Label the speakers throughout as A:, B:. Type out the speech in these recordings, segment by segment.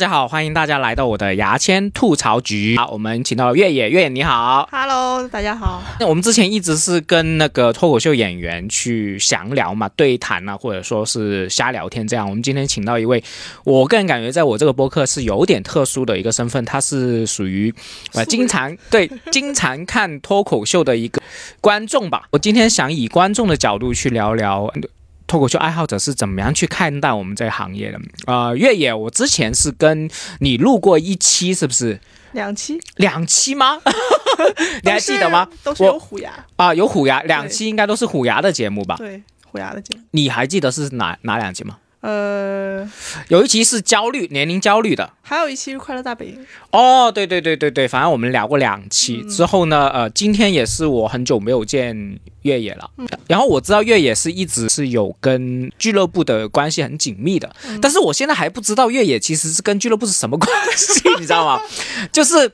A: 大家好，欢迎大家来到我的牙签吐槽局。好，我们请到了越野，越野你好。
B: Hello，大家好。
A: 那我们之前一直是跟那个脱口秀演员去详聊嘛、对谈啊，或者说是瞎聊天这样。我们今天请到一位，我个人感觉在我这个播客是有点特殊的一个身份，他是属于呃经常对经常看脱口秀的一个观众吧。我今天想以观众的角度去聊聊脱口秀爱好者是怎么样去看待我们这个行业的。呃，越野，我之前是跟你录过一期，是不是
B: 两期，
A: 两期吗？ 你还记得吗？？
B: 都是
A: 我
B: 有虎牙，
A: 啊、有虎牙，两期应该都是虎牙的节目吧？
B: 对，虎牙的节目。
A: 你还记得是哪哪两期吗？
B: 呃，
A: 有一期是焦虑年龄焦虑的。
B: 还有一期是快乐大本营，
A: 哦，对对对对对，反正我们聊过两期、之后呢，
B: 嗯
A: 呃，今天也是我很久没有见越野了。然后我知道越野是一直是有跟俱乐部的关系很紧密的，
B: 嗯
A: 但是我现在还不知道越野其实是跟俱乐部是什么关系，你知道 吗？就是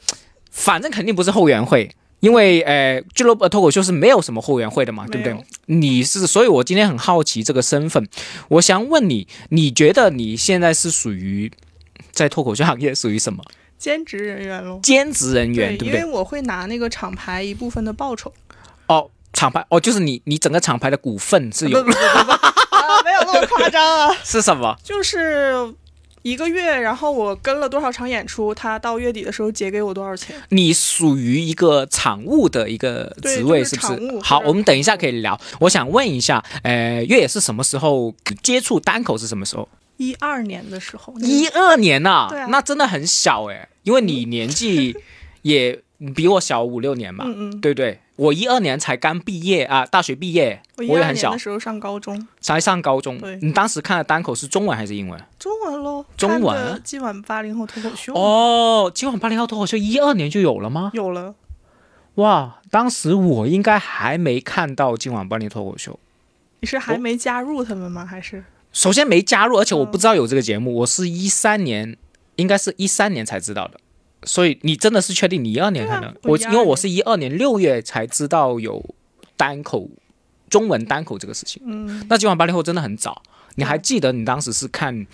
A: 反正肯定不是后援会。因为呃，俱乐部脱口秀是没有什么后援会的嘛，对不对
B: 没有？
A: 你是，所以我今天很好奇这个身份，我想问你，你觉得你现在是属于在脱口秀行业属于什么？
B: 兼职人员喽。
A: 兼职人员，对不
B: 因为
A: 对？
B: 我会拿那个厂牌一部分的报酬，
A: 哦，厂牌哦，就是你你整个厂牌的股份是有
B: 不不不不不， 啊没有那么夸张 啊，
A: 是什么？
B: 就是。一个月，然后我跟了多少场演出，他到月底的时候结给我多少钱？
A: 你属于一个场务的一个职位，
B: 对就是啊是
A: 不
B: 场
A: 是？
B: 务
A: 好，
B: 或者
A: 我们等一下可以聊。我想问一下，呃，越野是什么时候接触单口？是什么时候？
B: 一二年的时候，那个
A: 一二年呐、
B: 对啊
A: 那真的很小哎、因为你年纪也比我小五六年嘛，
B: 嗯嗯，
A: 对不对？我一二年才刚毕业啊，大学毕业，我
B: 我一
A: 也
B: 二
A: 很
B: 年
A: 小
B: 的，时候上高中，
A: 才上高中
B: 对。
A: 你当时看的单口是中文还是英文？
B: 中文喽，
A: 中文啊
B: 看的今晚八零后脱口秀，
A: 哦，今晚八零后脱口秀一二年就有了吗？
B: 有了，
A: 哇，当时我应该还没看到今晚八零脱口秀。
B: 你是还没加入他们吗？还是
A: 首先没加入，而且我不知道有这个节目，我是一三年，应该是一三年才知道的。所以你真的是确定你一二年看的？
B: 对啊我
A: 我
B: 12
A: 因
B: 年
A: 为我是一二年六月才知道有单口中文单口这个事情。
B: 嗯，
A: 那今晚八零后真的很早，你还记得你当时是看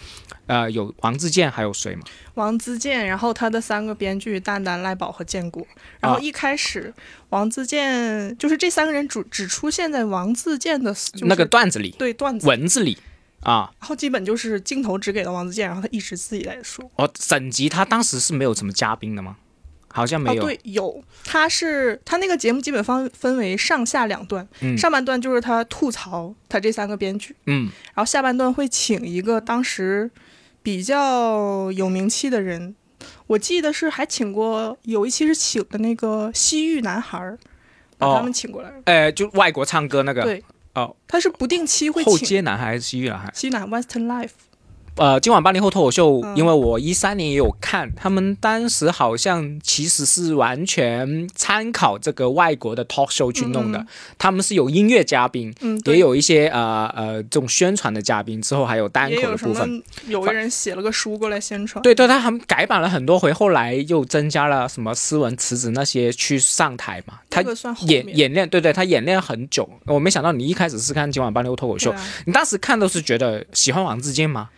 A: 呃有王自健还有谁吗？
B: 王自健，然后他的三个编剧蛋蛋、赖宝和建国。然
A: 啊
B: 后一开始，王自健就是这三个人只只出现在王自健的、就是
A: 那个段子里、
B: 对段子，
A: 文字里啊。
B: 然后基本就是镜头只给了王自健，然后他一直自己在说。
A: 哦，整集他当时是没有什么嘉宾的吗？好像没有。
B: 啊，对，有，他是他那个节目基本方分为上下两段，
A: 嗯
B: 上半段就是他吐槽他这三个编剧，
A: 嗯，
B: 然后下半段会请一个当时比较有名气的人，我记得是还请过有一期是请的那个西域男孩儿，把他们请过来。
A: 呃，就外国唱歌那个
B: 对，
A: 哦，
B: 他是不定期会
A: 后
B: 请
A: 街男孩还是西域男孩？
B: 西南 Western Life，
A: 呃，今晚八零后脱口秀，
B: 嗯
A: 因为我一三年也有看，他们当时好像其实是完全参考这个外国的 talk show 去弄的，
B: 嗯
A: 他们是有音乐嘉宾。
B: 嗯，对
A: 也有一些呃呃这种宣传的嘉宾，之后还有单
B: 也
A: 口的
B: 有什
A: 部分。
B: 么有个人写了个书过来宣传，
A: 对对，他们改版了很多回，后来又增加了什么斯文、池子那些去上台嘛。他
B: 这个算后面
A: 演演练，对对，他演练很久。我没想到你一开始是看今晚八六脱口秀，
B: 对啊
A: 你当时看都是觉得喜欢王自健吗？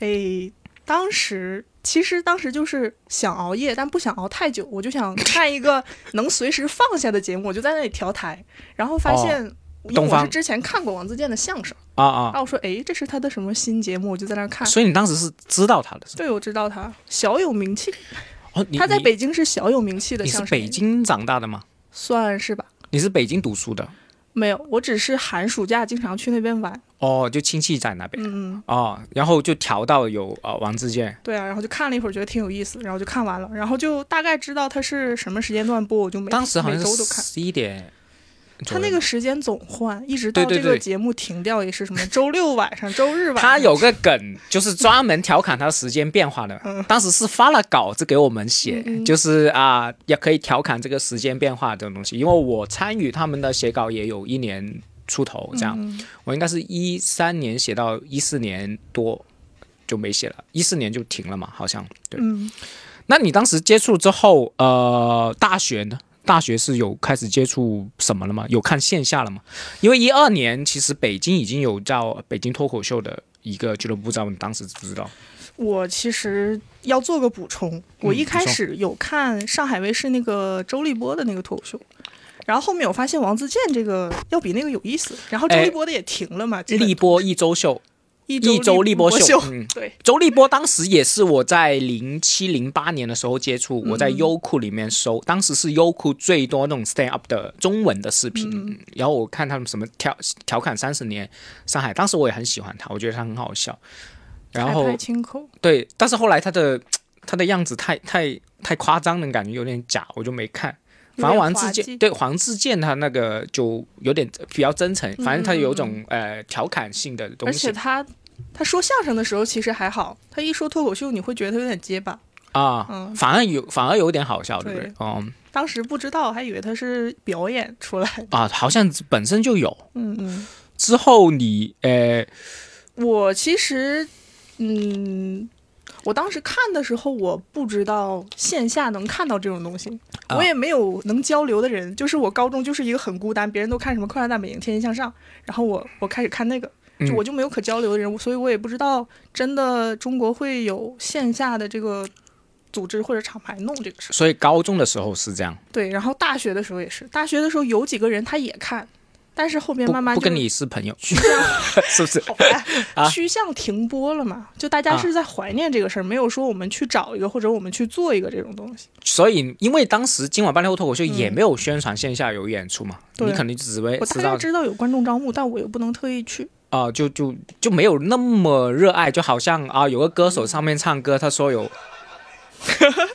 B: 哎，当时其实当时就是想熬夜，但不想熬太久，我 就想看一个能随时放下的节目，我就在那里调台，然后发
A: 哦
B: 现。因
A: 东
B: 为我是
A: 方
B: 之前看过王自健的相声，
A: 啊
B: 然
A: 啊，
B: 后我说，哎，这是他的什么新节目？我就在那儿看。
A: 所以你当时是知道他的是吗？
B: 对，我知道他小有名气，
A: 哦，你
B: 他在
A: 你
B: 北京是小有名气的
A: 你是
B: 相声演
A: 北
B: 员，
A: 京长大的吗？
B: 算是吧？
A: 你是北京读书的
B: 没有，我只是寒暑假经常去那边玩。
A: 哦，就亲戚在那边、
B: 嗯，嗯，
A: 哦，然后就调到有呃王自健
B: 对啊，然后就看了一会儿，觉得挺有意思，然后就看完了，然后就大概知道他是什么时间段播，我就每
A: 当时好像
B: 每周都看
A: 是。十一点左
B: 他
A: 右。
B: 那个时间总换，一直
A: 对
B: 到
A: 对
B: 这个
A: 对
B: 节目停掉也是什么周六晚上、周日晚上。
A: 他有个梗，就是专门调侃他时间变化的。当时是发了稿子给我们写，就是啊、也可以调侃这个时间变化这种东西。因为我参与他们的写稿也有一年出头，这样，我应该是一三年写到一四年多就没写了，一四年就停了嘛，好像对。
B: 嗯，
A: 那你当时接触之后，呃，大学呢？大学是有开始接触什么了吗？有看线下了吗？因为一二年其实北京已经有叫北京脱口秀的一个俱乐部，在我们当时知不知道？
B: 我其实要做个补充，我
A: 嗯
B: 一开始有看上海卫视那个周立波的那个脱口秀。然后后面我发现王自健这个要比那个有意思，然后周立波的也停了嘛，基本
A: 哎立波一周秀，
B: 一
A: 一周
B: 立
A: 立
B: 波
A: 波秀嗯
B: 对，
A: 周立波当时也是我在零七零八年的时候接触，我在
B: 嗯
A: 优酷里面搜，当时是优酷最多那种 stand up 的中文的视频，嗯然后我看他们什么调调侃三十年上海，当时我也很喜欢他，我觉得他很好笑。然后
B: 拍拍清口，
A: 对，但是后来他的他的样子太太太夸张了，感觉有点假，我就没看。
B: 有
A: 反正
B: 点
A: 王
B: 滑
A: 自
B: 稽
A: 健对黄自健他那个就有点比较真诚，反正他有种呃调侃性的东
B: 嗯而且
A: 西
B: 他他说相声的时候其实还好，他一说脱口秀你会觉得他有点结巴，
A: 啊
B: 嗯，
A: 反而有反而有点好笑，对不对
B: 对？
A: 哦
B: 当时不知道还以为他是表演出来的，
A: 啊，好像本身就有。
B: 嗯嗯，
A: 之后你呃
B: 我其实嗯。我当时看的时候，我不知道线下能看到这种东西，
A: 啊
B: 我也没有能交流的人。就是我高中就是一个很孤单，别人都看什么《快乐大本营》《天天向上》，然后我我开始看那个，
A: 嗯
B: 就我就没有可交流的人，我所以我也不知道真的中国会有线下的这个组织或者厂牌弄这个事儿。
A: 所以高中的时候是这样，
B: 对，然后大学的时候也是，大学的时候有几个人他也看，但是后面
A: 不
B: 慢慢
A: 不
B: 就啊
A: 跟你是朋友，
B: 趋向
A: 是不是？
B: 好吧趋向停播了嘛，就大家
A: 啊
B: 是在怀念这个事儿，没有说我们去找一个或者我们去做一个这种东西。
A: 所以因为当时今晚八零后脱口秀也没有宣传线下有演出嘛，
B: 嗯对
A: 你肯定只会
B: 我大
A: 知
B: 概
A: 道
B: 哎知道有观众招募，但我又不能特意去。
A: 啊、就就就没有那么热爱，就好像啊、有个歌手上面唱歌，他说有，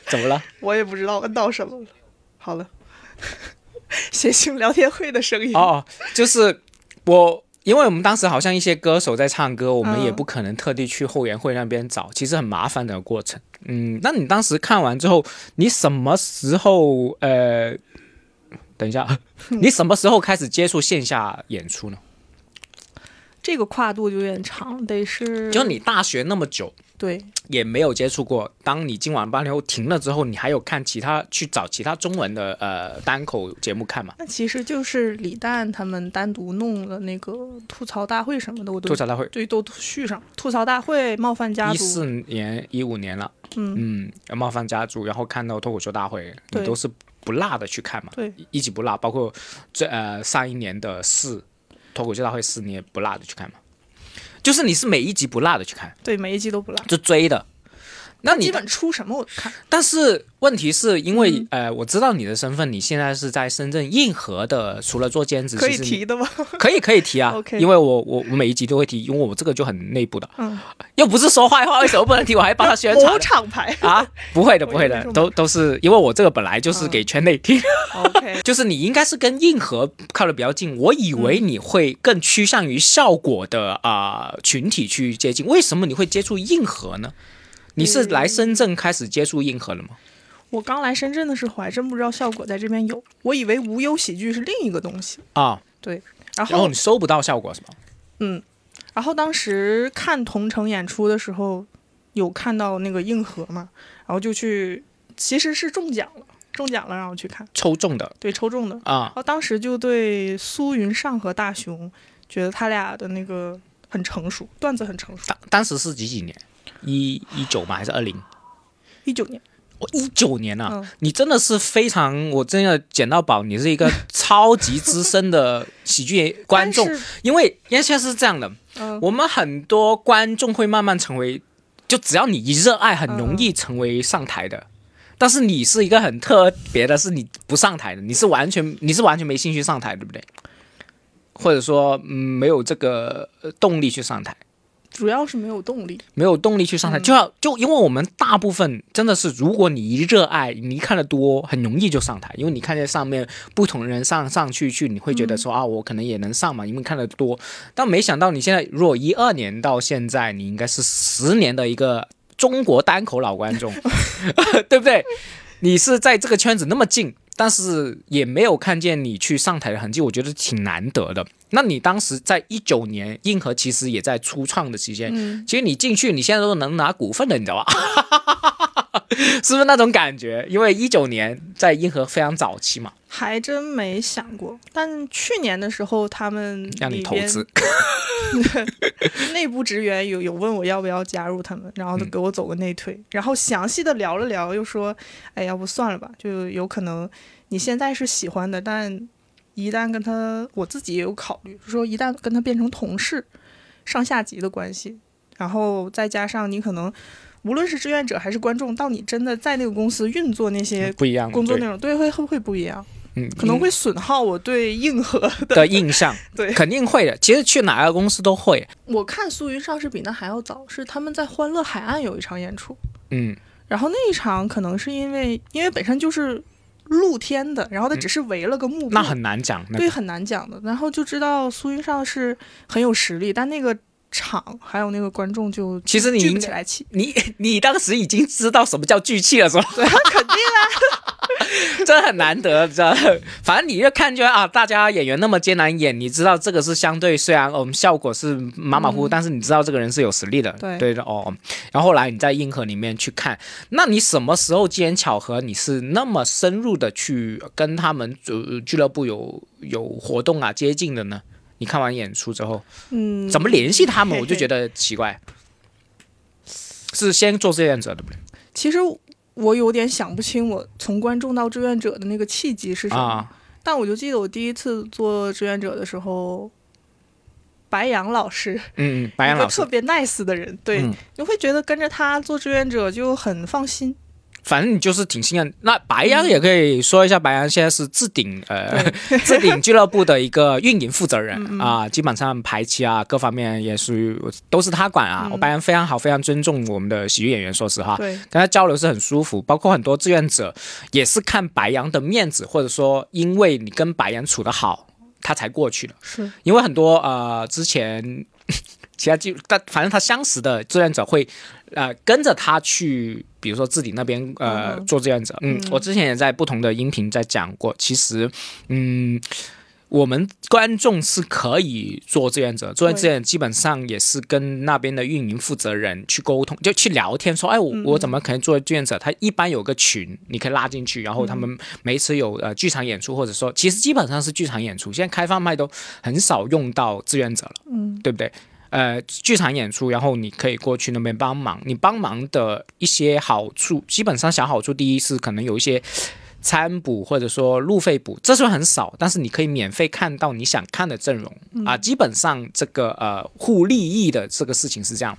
A: 怎么了？
B: 我也不知道摁到什么了。好 了，谐星聊天会的声音。
A: 哦，就是我，因为我们当时好像一些歌手在唱歌，我们
B: 嗯
A: 也不可能特地去后援会那边找，其实很麻烦的过程。嗯，那你当时看完之后，你什么时候呃，等一下， 你什么时候开始接触线下演出呢？
B: 这个跨度就有点长，得是
A: 就你大学那么久。
B: 对
A: 也没有接触过。当你今晚八零后停了之后，你还有看其他去找其他中文的呃单口节目看嘛？
B: 那其实就是李诞他们单独弄了那个吐槽大会什么的，我都
A: 吐槽大会
B: 对都续上吐槽大会、冒犯家
A: 一
B: 族，
A: 四年、一五年了，
B: 嗯，
A: 嗯，冒犯家族，然后看到脱口秀大会，
B: 对
A: 你都是不落的去看嘛，
B: 对，
A: 一起不落，包括这呃上一年的四脱口秀大会四，你也不落的去看嘛，就是你是每一集不落的去看，
B: 对每一集都不落，
A: 就追的。那你
B: 基本出什么我都看。
A: 但是问题是因为、
B: 嗯
A: 呃，我知道你的身份，你现在是在深圳硬核的，除了做兼职，
B: 可以
A: 其实你
B: 提的吗？
A: 可以可以提啊
B: OK
A: 因为我我我每一集都会提，因为我这个就很内部的，
B: 嗯，
A: 又不是说坏话，为什么不能提？我还帮他宣传
B: 某厂牌
A: 啊？不会的，不会
B: 我以为
A: 的
B: 是，我
A: 都都是因为我这个本来就是
B: 嗯
A: 给圈内听，
B: ，OK，
A: 就是你应该是跟硬核靠的比较近，我以为你会更趋向于效果的啊、群体去接近，为什么你会接触硬核呢？你是来深圳开始接触硬核了吗？
B: 我刚来深圳的时候，我还真不知道效果在这边有，我以为无忧喜剧是另一个东西。
A: 啊，
B: 对，嗯然
A: 然后
B: 后
A: 你收不到效果是吗？
B: 嗯，然后当时看同城演出的时候，有看到那个硬核嘛，然后就去，其实是中奖了，中奖了，然后去看，
A: 抽中的
B: 对，抽中的。然
A: 啊，
B: 后当时就对苏云上和大雄，觉得他俩的那个很成熟，段子很成熟。
A: 当当时是几几年？一一九吗？还是二零？
B: 一九年，
A: 我一九年啊，
B: 嗯
A: 你真的是非常，我真的捡到宝，你是一个超级资深的喜剧观众
B: 但，是
A: 因为因为现在是这样的，
B: 嗯
A: 我们很多观众会慢慢成为，就只要你一热爱，很容易成为上台的。但是你是一个很特别的，是你不上台的，你是完全你是完全没兴趣上台，对不对？或者说，嗯，没有这个呃动力去上台。
B: 主要是没有动力。
A: 没有动力去上台，就要就因为我们大部分真的是，如果你一热爱，你一看的多，很容易就上台，因为你看见上面不同人上上去去，你会觉得说、啊，我可能也能上嘛，因为看的多。但没想到你现在，如果一二年到现在，你应该是十年的一个中国单口老观众，对不对？你是在这个圈子那么近，但是也没有看见你去上台的痕迹，我觉得挺难得的。那你当时在一九年硬核其实也在初创的期间，
B: 嗯，
A: 其实你进去，你现在都能拿股份的，你知道吧？ 是不是那种感觉？因为一九年在银河非常早期嘛，
B: 还真没想过。但去年的时候，他们
A: 让你
B: 里
A: 投
B: 边
A: 资，
B: 内部职员有有问我要不要加入他们，然后就
A: 嗯
B: 给我走个内推，然后详细的聊了聊，又说，哎，要不算了吧，就有可能你现在是喜欢的，但一旦跟他，我自己也有考虑，说一旦跟他变成同事，上下级的关系，然后再加上你可能，无论是志愿者还是观众，到你真的在那个公司运作那些
A: 不一样的
B: 工作
A: 嗯对
B: 内容，对，会会会不一样，
A: 嗯，
B: 可能会损耗我对硬核 的。
A: 的印象，
B: 对
A: 肯定会的。其实去哪个公司都会，
B: 我看苏云上是比那还要早，是他们在欢乐海岸有一场演出。
A: 嗯，
B: 然后那一场可能是因为因为本身就是露天的，然后它只是围了个幕布，
A: 嗯那很难讲。那
B: 对很难讲的。然后就知道苏云上是很有实力，但那个场还有那个观众就
A: 其实你
B: 聚
A: 应
B: 不起
A: 该，
B: 来气，
A: 你 你当时已经知道什么叫聚气了，是吧？
B: 对，肯定啊
A: 这很难得，这反正你越看就啊，大家演员那么艰难演，你知道这个是相对，虽然哦我们、效果是马马虎虎，但是你知道这个人是有实力的，
B: 嗯对
A: 的哦。然后后来你在硬核里面去看，那你什么时候机缘巧合，你是那么深入的去跟他们呃俱乐部有有活动啊接近的呢？你看完演出之后，
B: 嗯，
A: 怎么联系他们？我就觉
B: 得
A: 得奇怪，是先做志愿者对不对？
B: 其实。我有点想不清我从观众到志愿者的那个契机是什么，
A: 啊，
B: 但我就记得我第一次做志愿者的时候，白杨老师
A: 嗯，嗯白岩老
B: 一
A: 师
B: 个，特别 nice 的人，对，
A: 嗯
B: 你会觉得跟着他做志愿者就很放心。
A: 反正你就是挺信任。那白
B: 嗯
A: 羊也可以说一下，白羊现在是置顶呃 置顶俱乐部的一个运营负责人
B: 嗯
A: 啊、基本上排期啊各方面也属于都是他管啊。我白羊非常好，非常尊重我们的喜剧演员，说实话。
B: 嗯对，
A: 跟他交流是很舒服，包括很多志愿者也是看白羊的面子，或者说因为你跟白羊处得好，他才过去的。
B: 是
A: 因为很多呃之前其他就但反正他相识的志愿者会呃跟着他去，比如说自己那边呃、
B: 嗯
A: 做志愿者。嗯，我之前也在不同的音频在讲过，其实嗯。我们观众是可以做志愿者，做完
B: 对
A: 志愿者基本上也是跟那边的运营负责人去沟通，就去聊天，说，哎，我我怎么可能做志愿者？他一般有个群，你可以拉进去，然后他们每次有呃剧场演出，或者说其实基本上是剧场演出，现在开放麦都很少用到志愿者了，嗯，对不对？呃，剧场演出，然后你可以过去那边帮忙。你帮忙的一些好处，基本上小好处，第一是可能有一些餐补或者说路费补，这虽然很少，但是你可以免费看到你想看的阵容啊、基本上这个呃互利益的这个事情是这样，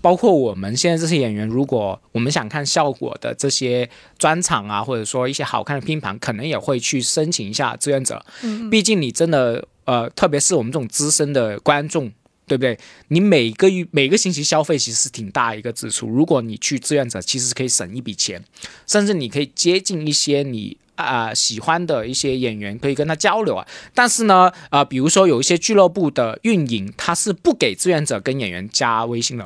A: 包括我们现在这些演员，如果我们想看效果的这些专场啊，或者说一些好看的拼盘，可能也会去申请一下志愿者。
B: 嗯
A: 毕竟你真的呃，特别是我们这种资深的观众。对不对？你每个月每个星期消费其实是挺大一个支出。如果你去志愿者，其实可以省一笔钱。甚至你可以接近一些你啊、喜欢的一些演员，可以跟他交流啊。但是呢，啊，比如说有一些俱乐部的运营，他是不给志愿者跟演员加微信 的。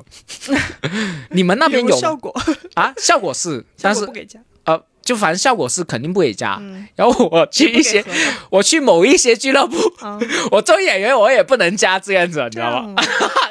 A: 你们那边有
B: 效果，
A: 啊？效果是，但
B: 效
A: 是
B: 果不给加，
A: 呃，就反正效果是肯定不给加。
B: 嗯，
A: 然后我去一些
B: 不，给合
A: 我去某一些俱乐部，
B: 同啊，
A: 我做演员我也不能加志愿者，你知
B: 这
A: 道吗？
B: 样啊，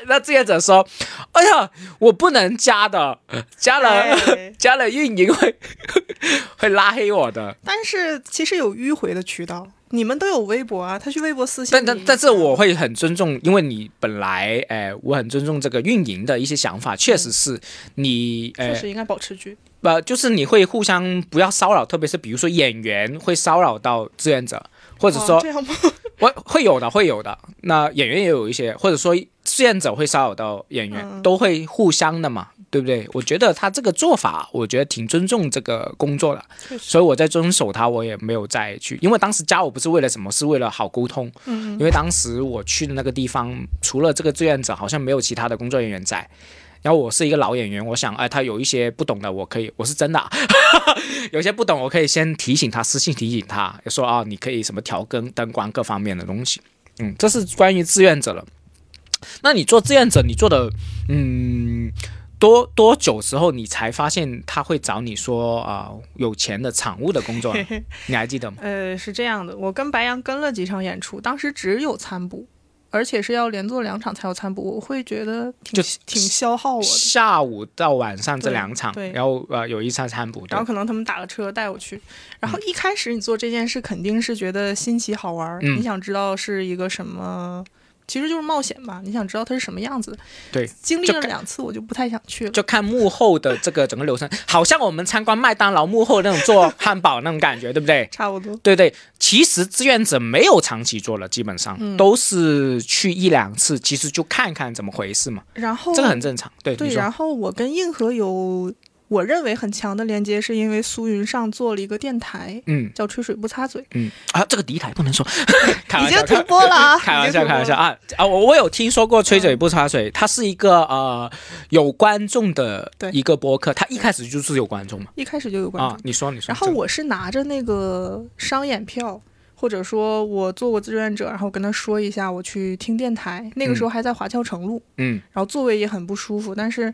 A: 那志愿者说：“哎呀，我不能加的，加了、
B: 哎
A: 加了运营会 会拉黑我的。
B: 但是其实有迂回的渠道，你们都有微博啊，他去微博私信
A: 但
B: 你，
A: 但但是我会很尊重，因为你本来哎、呃我很尊重这个运营的一些想法，确实是你
B: 嗯确
A: 呃
B: 实应该保持距，
A: 呃，就是你会互相不要骚扰，特别是比如说演员会骚扰到志愿者，或
B: 或
A: 者说
B: 哦这样吗？
A: 我会有的，会有的。那演员也有一些，或者说志愿者会骚扰到演员，
B: 嗯
A: 都会互相的嘛，对不对？我觉得他这个做法，我觉得挺尊重这个工作的，
B: 确实，
A: 所以我在遵守他，我也没有再去，因为当时加我不是为了什么，是为了好沟通。
B: 嗯
A: 因为当时我去的那个地方，除了这个志愿者，好像没有其他的工作人员在。然后我是一个老演员，我想，哎，他有一些不懂的，我可以，我是真的啊，有些不懂，我可以先提醒他，私信提醒他，说啊，你可以什么调更、灯光各方面的东西。嗯，这是关于志愿者了。那你做志愿者，你做的，嗯，多多久之后，你才发现他会找你说啊、有钱的场务的工 作呢？你还记得吗？
B: 呃，是这样的，我跟白羊跟了几场演出，当时只有餐补，而且是要连做两场才有餐补，我会觉得挺
A: 就
B: 挺消耗我的。
A: 下午到晚上这
B: 对
A: 两场
B: 对，
A: 然后呃有一场餐补，对嗯
B: 然后可能他们打个车带我去，然后一开始你做这件事肯定是觉得新奇好玩儿，
A: 嗯
B: 你想知道是一个什么，其实就是冒险吧，你想知道它是什么样子。
A: 对
B: 经历
A: 就
B: 了
A: 看
B: 两次我就不太想去了。
A: 就看幕后的这个整个流程，好像我们参观麦当劳幕后那种做汉堡那种感觉，对不对？
B: 差不多，
A: 对对，其实志愿者没有长期做了，基本上、
B: 嗯
A: 都是去一两次，其实就看看怎么回事嘛，
B: 然后
A: 这个很正常。对，
B: 哦对，
A: 你说
B: 然后我跟硬核有我认为很强的连接，是因为苏云上做了一个电台，
A: 嗯
B: 叫“吹水不擦嘴
A: 嗯啊，这个敌台不 能说，开”，
B: 已
A: 玩
B: 经
A: 笑，
B: 停播了啊，
A: 开玩
B: 已经
A: 笑，
B: 停播
A: 开玩笑
B: 了。
A: 啊啊！我我有听说过吹
B: 嗯
A: 嘴不插嘴，它是一个呃有观众的
B: 对
A: 一个播客，它一开始就是有观众嘛
B: 一开始就有关注
A: 啊。。你说你说，
B: 然后我是拿着那个商演票，或者说我做过志愿者，然后跟他说一下我去听电台。那个时候还在华侨城路，
A: 嗯
B: 然后座位也很不舒服，但是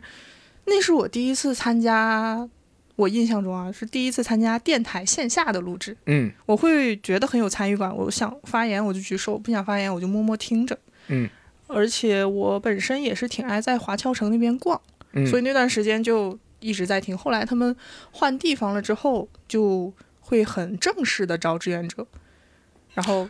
B: 那是我第一次参加，我印象中啊是第一次参加电台线下的录制，
A: 嗯
B: 我会觉得很有参与感。我想发言我就举手，不想发言我就默默听着。
A: 嗯
B: 而且我本身也是挺爱在华侨城那边逛。
A: 嗯，
B: 所以那段时间就一直在听。后来他们换地方了之后，就会很正式的招志愿者，然后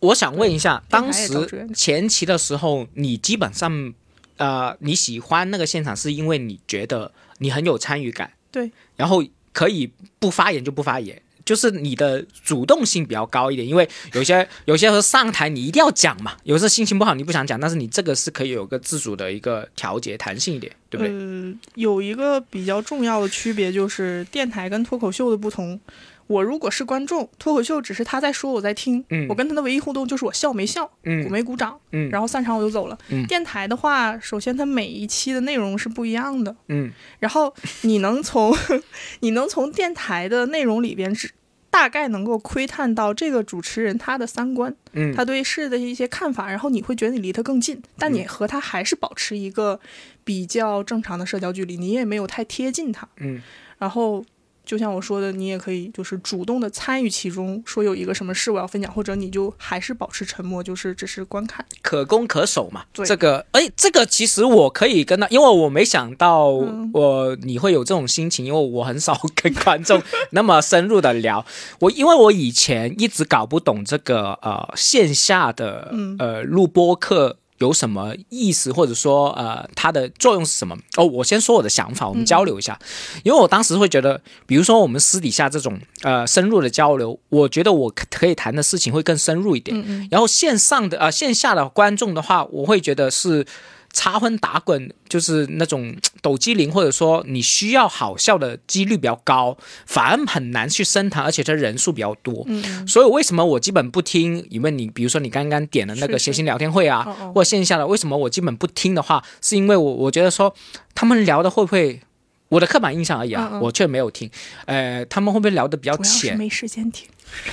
A: 我想问一下，
B: 电
A: 当
B: 台也招志
A: 时
B: 愿者
A: 前期的时候，你基本上，呃，你喜欢那个现场，是因为你觉得你很有参与感，
B: 对，
A: 然后可以不发言就不发言，就是你的主动性比较高一点。因为有些 有些时候上台你一定要讲嘛，有时候心情不好你不想讲，但是你这个是可以有个自主的一个调节弹性一点，对不对？
B: 呃，有一个比较重要的区别就是电台跟脱口秀的不同。我如果是观众，脱口秀只是他在说，我在听，
A: 嗯
B: 我跟他的唯一互动就是我笑没笑，鼓
A: 嗯
B: 没鼓掌，
A: 嗯
B: 然后散场我就走了。
A: 嗯
B: 电台的话，首先它每一期的内容是不一样的，
A: 嗯
B: 然后你能从 你能从电台的内容里边只大概能够窥探到这个主持人他的三观，
A: 嗯，
B: 他对事的一些看法，然后你会觉得你离他更近，但你和他还是保持一个比较正常的社交距离，你也没有太贴近他。
A: 嗯，
B: 然后就像我说的，你也可以就是主动的参与其中，说有一个什么事我要分享，或者你就还是保持沉默，就是只是观看。
A: 可攻可守嘛。
B: 对
A: 这个，哎，这个其实我可以跟他，因为我没想到
B: 嗯
A: 我、你会有这种心情，因为我很少跟观众 那么深入的聊。我因为我以前一直搞不懂这个呃线下的
B: 嗯
A: 呃录播课。有什么意思，或者说呃，它的作用是什么？哦，我先说我的想
B: 嗯
A: 法，我们交流一下。因为我当时会觉得，比如说我们私底下这种呃深入的交流，我觉得我可可以谈的事情会更深入一点。
B: 嗯嗯，
A: 然后线上的啊、呃线下的观众的话，我会觉得是插荤打滚，就是那种抖机灵，或者说你需要好笑的几率比较高，反而很难去深谈，而且它人数比较多。
B: 嗯嗯
A: 所以为什么我基本不听？因为你比如说你刚刚点的那个
B: 是是
A: 谐星聊天会啊，
B: 哦哦
A: 或者线下的，为什么我基本不听的话，是因为我我觉得说他们聊的会不会我的刻板印象而已啊，
B: 嗯嗯
A: 我却没有听。呃，他们会不会聊的比较
B: 主要是
A: 浅？
B: 没时间听。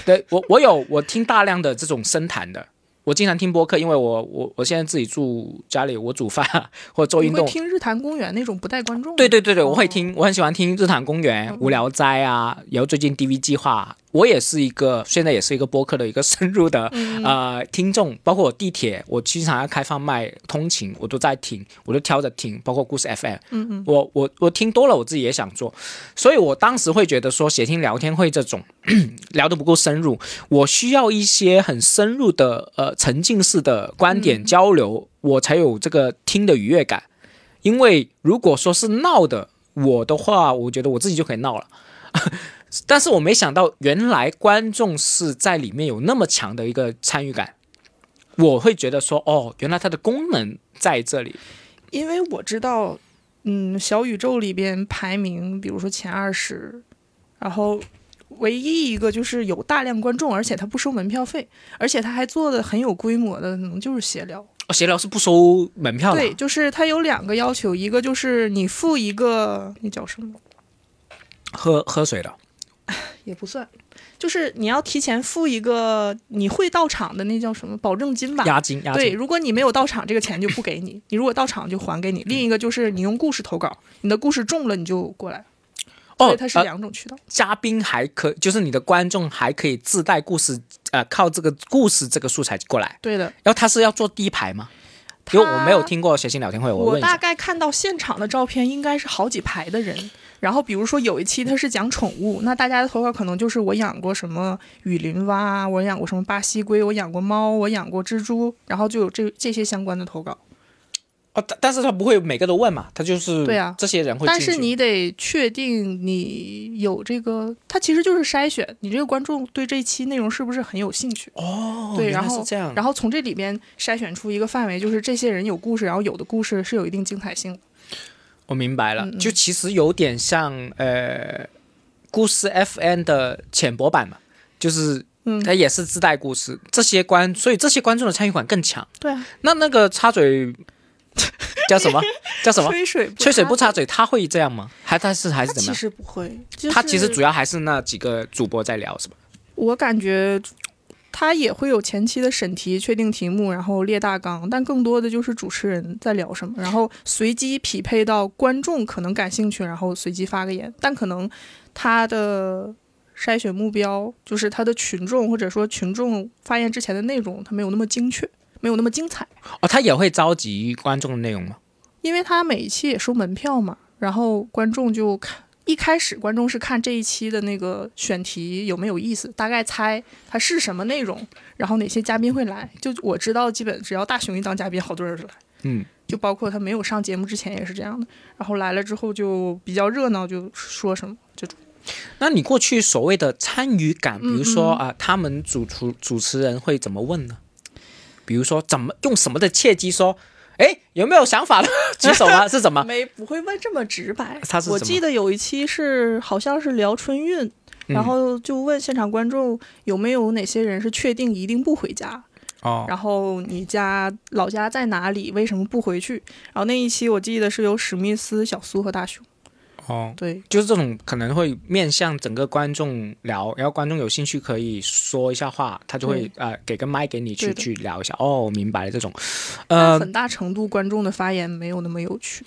A: 对我，我有我听大量的这种深谈的，我经常听播客，因为我我我现在自己住家里，我煮饭啊或者做
B: 你
A: 运
B: 会
A: 动。
B: 听日坛公园那种不带观众的？
A: 对对对对，我会
B: 哦嗯
A: 听，我很喜欢听日坛公园、无聊斋啊，然后最近 DV 计划，我也是一个现在也是一个播客的一个深入的
B: 嗯
A: 呃听众，包括我地铁，我经常要开放麦通勤，我都在听，我都挑着听，包括故事 FM，
B: 嗯嗯，
A: 我我我听多了，我自己也想做，所以我当时会觉得说，写听聊天会这种 聊得不够深入，我需要一些很深入的呃沉浸式的观
B: 嗯
A: 点交流，我才有这个听的愉悦感。因为如果说是闹的我的话，我觉得我自己就可以闹了。 但是我没想到，原来观众是在里面有那么强的一个参与感，我会觉得说，哦，原来它的功能在这里。
B: 因为我知道，嗯，小宇宙里边排名，比如说前二十，然后唯一一个就是有大量观众，而且他不收门票费，而且他还做的很有规模的，可能就是闲聊。
A: 哦，闲聊是不收门票的，
B: 对，就是他有两个要求，一个就是你付一个那叫什么
A: 喝喝水的。
B: 也不算，就是你要提前付一个你会到场的那叫什么保证金吧。
A: 押金，押
B: 对，
A: 金。
B: 如果你没有到场，这个钱就不给你；你如果到场就还给你。另一个就是你用故事投稿，你的故事中了你就过来。所
A: 哦
B: 以，它是
A: 呃，
B: 两种渠道。
A: 嘉宾还可，就是你的观众还可以自带故事，呃，靠这个故事这个素材过来。
B: 对的，
A: 然后他是要坐第一排吗？
B: 他
A: 因为我没有听过谐星聊天会，我
B: 我
A: 问一
B: 大
A: 下。
B: 概看到现场的照片，应该是好几排的人。然后比如说有一期它是讲宠物，那大家的投稿可能就是我养过什么雨林蛙，我养过什么巴西龟，我养过猫，我养过蜘蛛，然后就有这这些相关的投稿。
A: 哦，但但是他不会每个都问嘛，他就是
B: 对啊
A: 这些人会进
B: 但
A: 去。
B: 是你得确定你有这个，它其实就是筛选你这个观众对这期内容是不是很有兴趣。
A: 哦，
B: 对，
A: 原来
B: 然后
A: 是这样，
B: 然后从这里边筛选出一个范围，就是这些人有故事，然后有的故事是有一定精彩性的。
A: 我明白了，
B: 嗯嗯
A: 就其实有点像呃，故事 FN 的浅薄版嘛，就是
B: 嗯
A: 它也是自带故事，这些观，所以这些观众的参与感更强。
B: 对啊，
A: 那那个插 嘴叫什么？叫什么？
B: 吹水不
A: 吹水不
B: 插
A: 插嘴，他会这样吗？还他是还
B: 嘴，
A: 是怎么
B: 他其
A: 样？
B: 实不会，就是、
A: 他其实主要还是那几个主播在聊，是吧？
B: 我感觉。他也会有前期的审题，确定题目，然后列大纲，但更多的就是主持人在聊什么，然后随机匹配到观众可能感兴趣，然后随机发个言。但可能他的筛选目标就是他的群众，或者说群众发言之前的内容，他没有那么精确，没有那么精彩。
A: 哦，他也会召集观众的内容吗？
B: 因为他每一期也收门票嘛，然后观众就看一开始观众是看这一期的那个选题有没有意思，大概猜它是什么内容，然后哪些嘉宾会来。就我知道，基本只要大熊一当嘉宾，好多人就来。
A: 嗯，
B: 就包括他没有上节目之前也是这样的，然后来了之后就比较热闹，就说什么这种。
A: 那你过去所谓的参与感，
B: 嗯
A: 比如说啊、他们主厨主持人会怎么问呢？比如说怎么用什么的契机说，哎，有没有想法了？ 举手 啊，是怎么？
B: 没不会问这么直白
A: 他是
B: 我
A: 怎么
B: 记得有一期是好像是聊春运，
A: 嗯
B: 然后就问现场观众有没有哪些人是确定一定不回家，
A: 哦，
B: 然后你家老家在哪里？为什么不回去？然后那一期我记得是由史密斯、小苏和大熊。
A: 哦，
B: 对，
A: 就是这种可能会面向整个观众聊，然后观众有兴趣可以说一下话，他就会呃给个麦给你去
B: 嗯对的
A: 去聊一下。哦，明白了这种，
B: 但
A: 呃，
B: 很大程度观众的发言没有那么有趣。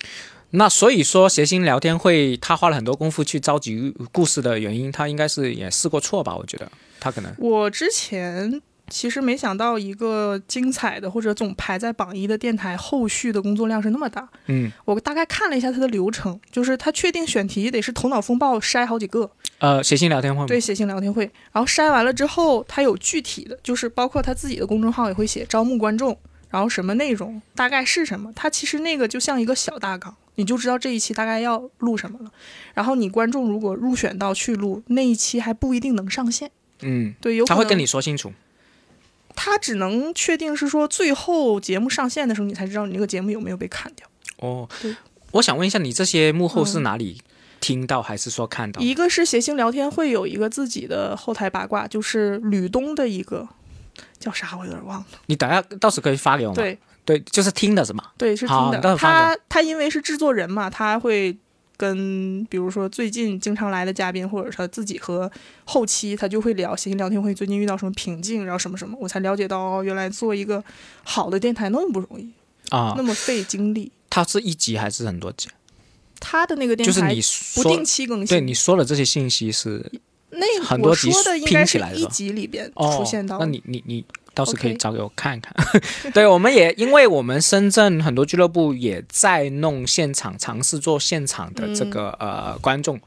A: 那所以说，谐星聊天会他花了很多功夫去召集故事的原因，他应该是也试过错吧？我觉得他可能
B: 我之前其实没想到一个精彩的或者总排在榜一的电台，后续的工作量是那么大。
A: 嗯
B: 我大概看了一下它的流程，就是它确定选题得是头脑风暴筛好几个，
A: 呃，谐星聊天会吗
B: 对，写信聊天会，然后筛完了之后，他有具体的，就是包括他自己的公众号也会写招募观众，然后什么内容，大概是什么。他其实那个就像一个小大纲，你就知道这一期大概要录什么了。然后你观众如果入选到去录那一期，还不一定能上线。
A: 嗯，
B: 对，有可
A: 他
B: 能
A: 会跟你，说清楚。
B: 他只能确定是说最后节目上线的时候，你才知道你那个节目有没有被砍掉。
A: 哦
B: 对，
A: 我想问一下，你这些幕后是哪里听到还是说看到？
B: 一个是谐星聊天会有一个自己的后台八卦，就是吕东的一个叫啥，我有点忘了。
A: 你等下到时可以发给我吗？
B: 对，
A: 对，就是听的是吗？
B: 对，是
A: 好
B: 听的。
A: 那我发
B: 他他因为是制作人嘛，他会跟比如说最近经常来的嘉宾，或者是他自己和后期，他就会聊谐星聊天会最近遇到什么瓶颈，然后什么什么，我才了解到哦，原来做一个好的电台那么不容易，
A: 啊
B: 那，么费精力。
A: 它是一集还是很多集？
B: 他的那个电
A: 就是
B: 台
A: 你
B: 不
A: 说
B: 定期更新，
A: 对你说的这些信息是
B: 那
A: 很
B: 我
A: 多集
B: 说的应
A: 拼
B: 该
A: 起
B: 是
A: 来的
B: 一
A: 吧
B: 集里边
A: 哦，
B: 出现到
A: 那你你你倒是可以
B: OK
A: 找给我看 看。对，我们也因为我们深圳很多俱乐部也在弄现场，尝试做现场的这个、
B: 嗯
A: 呃观众。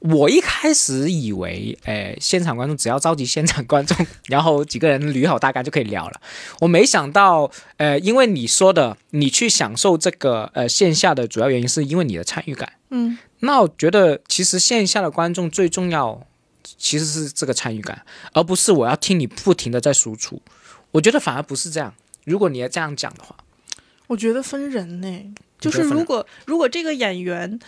A: 我一开始以为，哎、现场观众只要召集现场观众，然后几个人捋好大纲就可以聊了。我没想到，呃，因为你说的，你去享受这个呃线下的主要原因是因为你的参与感。
B: 嗯，
A: 那我觉得其实线下的观众最重要其实是这个参与感，而不是我要听你不停的在输出。我觉得反而不是这样。如果你要这样讲的话，
B: 我觉得分人呢，
A: 觉
B: 就
A: 得分
B: 是
A: 人
B: 如果如果这个演员，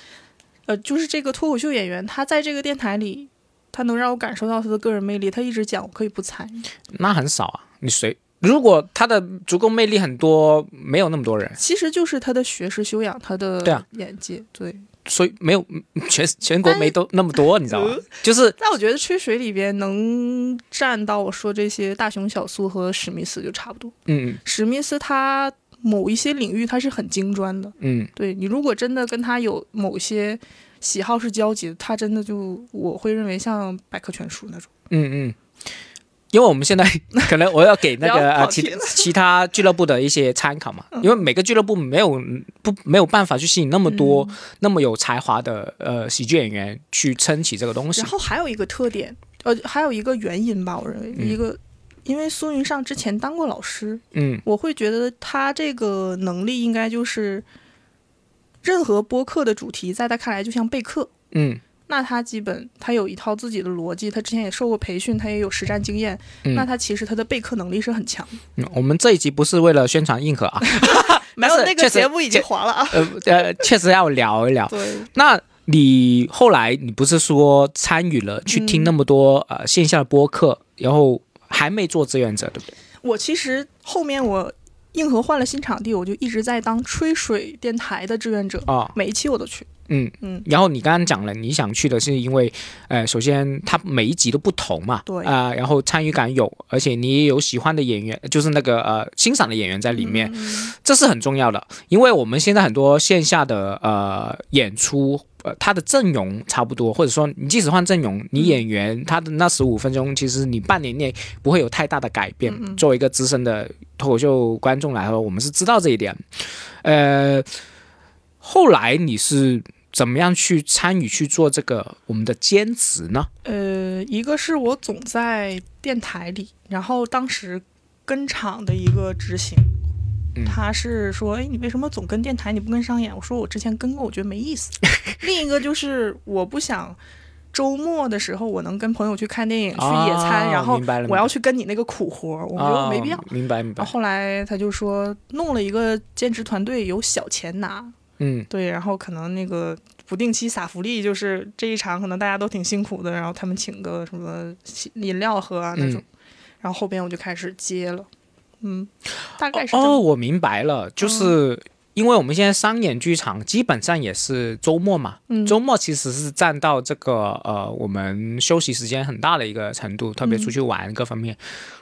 B: 呃，就是这个脱口秀演员，他在这个电台里，他能让我感受到他的个人魅力，他一直讲，我可以不参 与。
A: 那很少啊。你谁？如果他的足够魅力很多，没有那么多人，
B: 其实就是他的学识修养，他
A: 对啊
B: 的眼界。对
A: 所以没有嗯全全国没都那么多，你知道吗？就是
B: 但我觉得吹水里边能站到我说这些大熊小苏和史密斯就差不多。
A: 嗯
B: 史密斯他某一些领域他是很精专的，
A: 嗯，
B: 对你如果真的跟他有某些喜好是交集的，他真的就我会认为像百科全书那种。
A: 嗯嗯。因为我们 现在可能我要给那
B: 不
A: 个
B: 要
A: 呃
B: 跑
A: 其
B: 题了嗯
A: 其他俱乐部的一些参考嘛，因为每个俱乐部没有不没有办法去吸引那么多、
B: 嗯
A: 那么有才华的呃喜剧演员去撑起这个东西
B: 然。后还有一个特点，呃，还有一个原因吧，我认为、
A: 嗯
B: 一个，因为苏云上之前当过老师，
A: 嗯
B: 我会觉得他这个能力应该就是，任何播客的主题在他看来就像备课。
A: 嗯
B: 那他基本他有一套自己的逻辑，他之前也受过培训，他也有实战经验。
A: 嗯
B: 那他其实他的备课能力是很强的。
A: 嗯，我们这一集不是为了宣传硬核 啊，
B: 没
A: 但是
B: 有那
A: 确
B: 个
A: 实
B: 节目已经黄了啊。
A: 呃呃，确实要聊一聊。
B: 对，
A: 那你后来你不是说参与了去
B: 嗯
A: 听那么多、呃线下的播客，然后还没做志愿者，对不对？
B: 我其实后面我硬核换了新场地，我就一直在当吹水电台的志愿者，
A: 啊、
B: 每一期我都去。
A: 嗯
B: 嗯，
A: 然后你刚刚讲了，你想去的是因为，呃，首先它每一集都不同嘛，
B: 对
A: 啊、然后参与感有，而且你也有喜欢的演员，就是那个呃欣赏的演员在里
B: 嗯
A: 面，这是很重要的，因为我们现在很多线下的呃演出。呃，他的阵容差不多，或者说你即使换阵容，你演员他的那十五分钟，其实你半年内不会有太大的改变。
B: 嗯
A: 作为一个资深的脱口秀观众来说，我们是知道这一点。呃，后来你是怎么样去参与去做这个我们的兼职呢？
B: 呃，一个是我总在电台里，然后当时跟场的一个执行
A: 嗯。
B: 他是说：“哎，你为什么总跟电台，你不跟商演？”我说：“我之前跟过，我觉得没意思。” 另一个就是我不想周末的时候，我能跟朋友去看电影、去野餐，
A: 啊
B: 然后
A: 明白了
B: 我要去跟你那个苦活儿，我觉得我没必要。哦
A: 啊明白明
B: 然
A: 白
B: 后。后来他就说弄了一个兼职团队，有小钱拿，
A: 嗯
B: 对，然后可能那个不定期撒福利，就是这一场可能大家都挺辛苦的，然后他们请个什么饮料喝啊
A: 嗯
B: 那种，然后后边我就开始接了，嗯，大概是这么、嗯
A: 哦，我明白了，就是因为我们现在商演剧场基本上也是周末嘛，
B: 嗯
A: 周末其实是占到这个呃我们休息时间很大的一个程
B: 嗯
A: 度，特别出去玩各方面。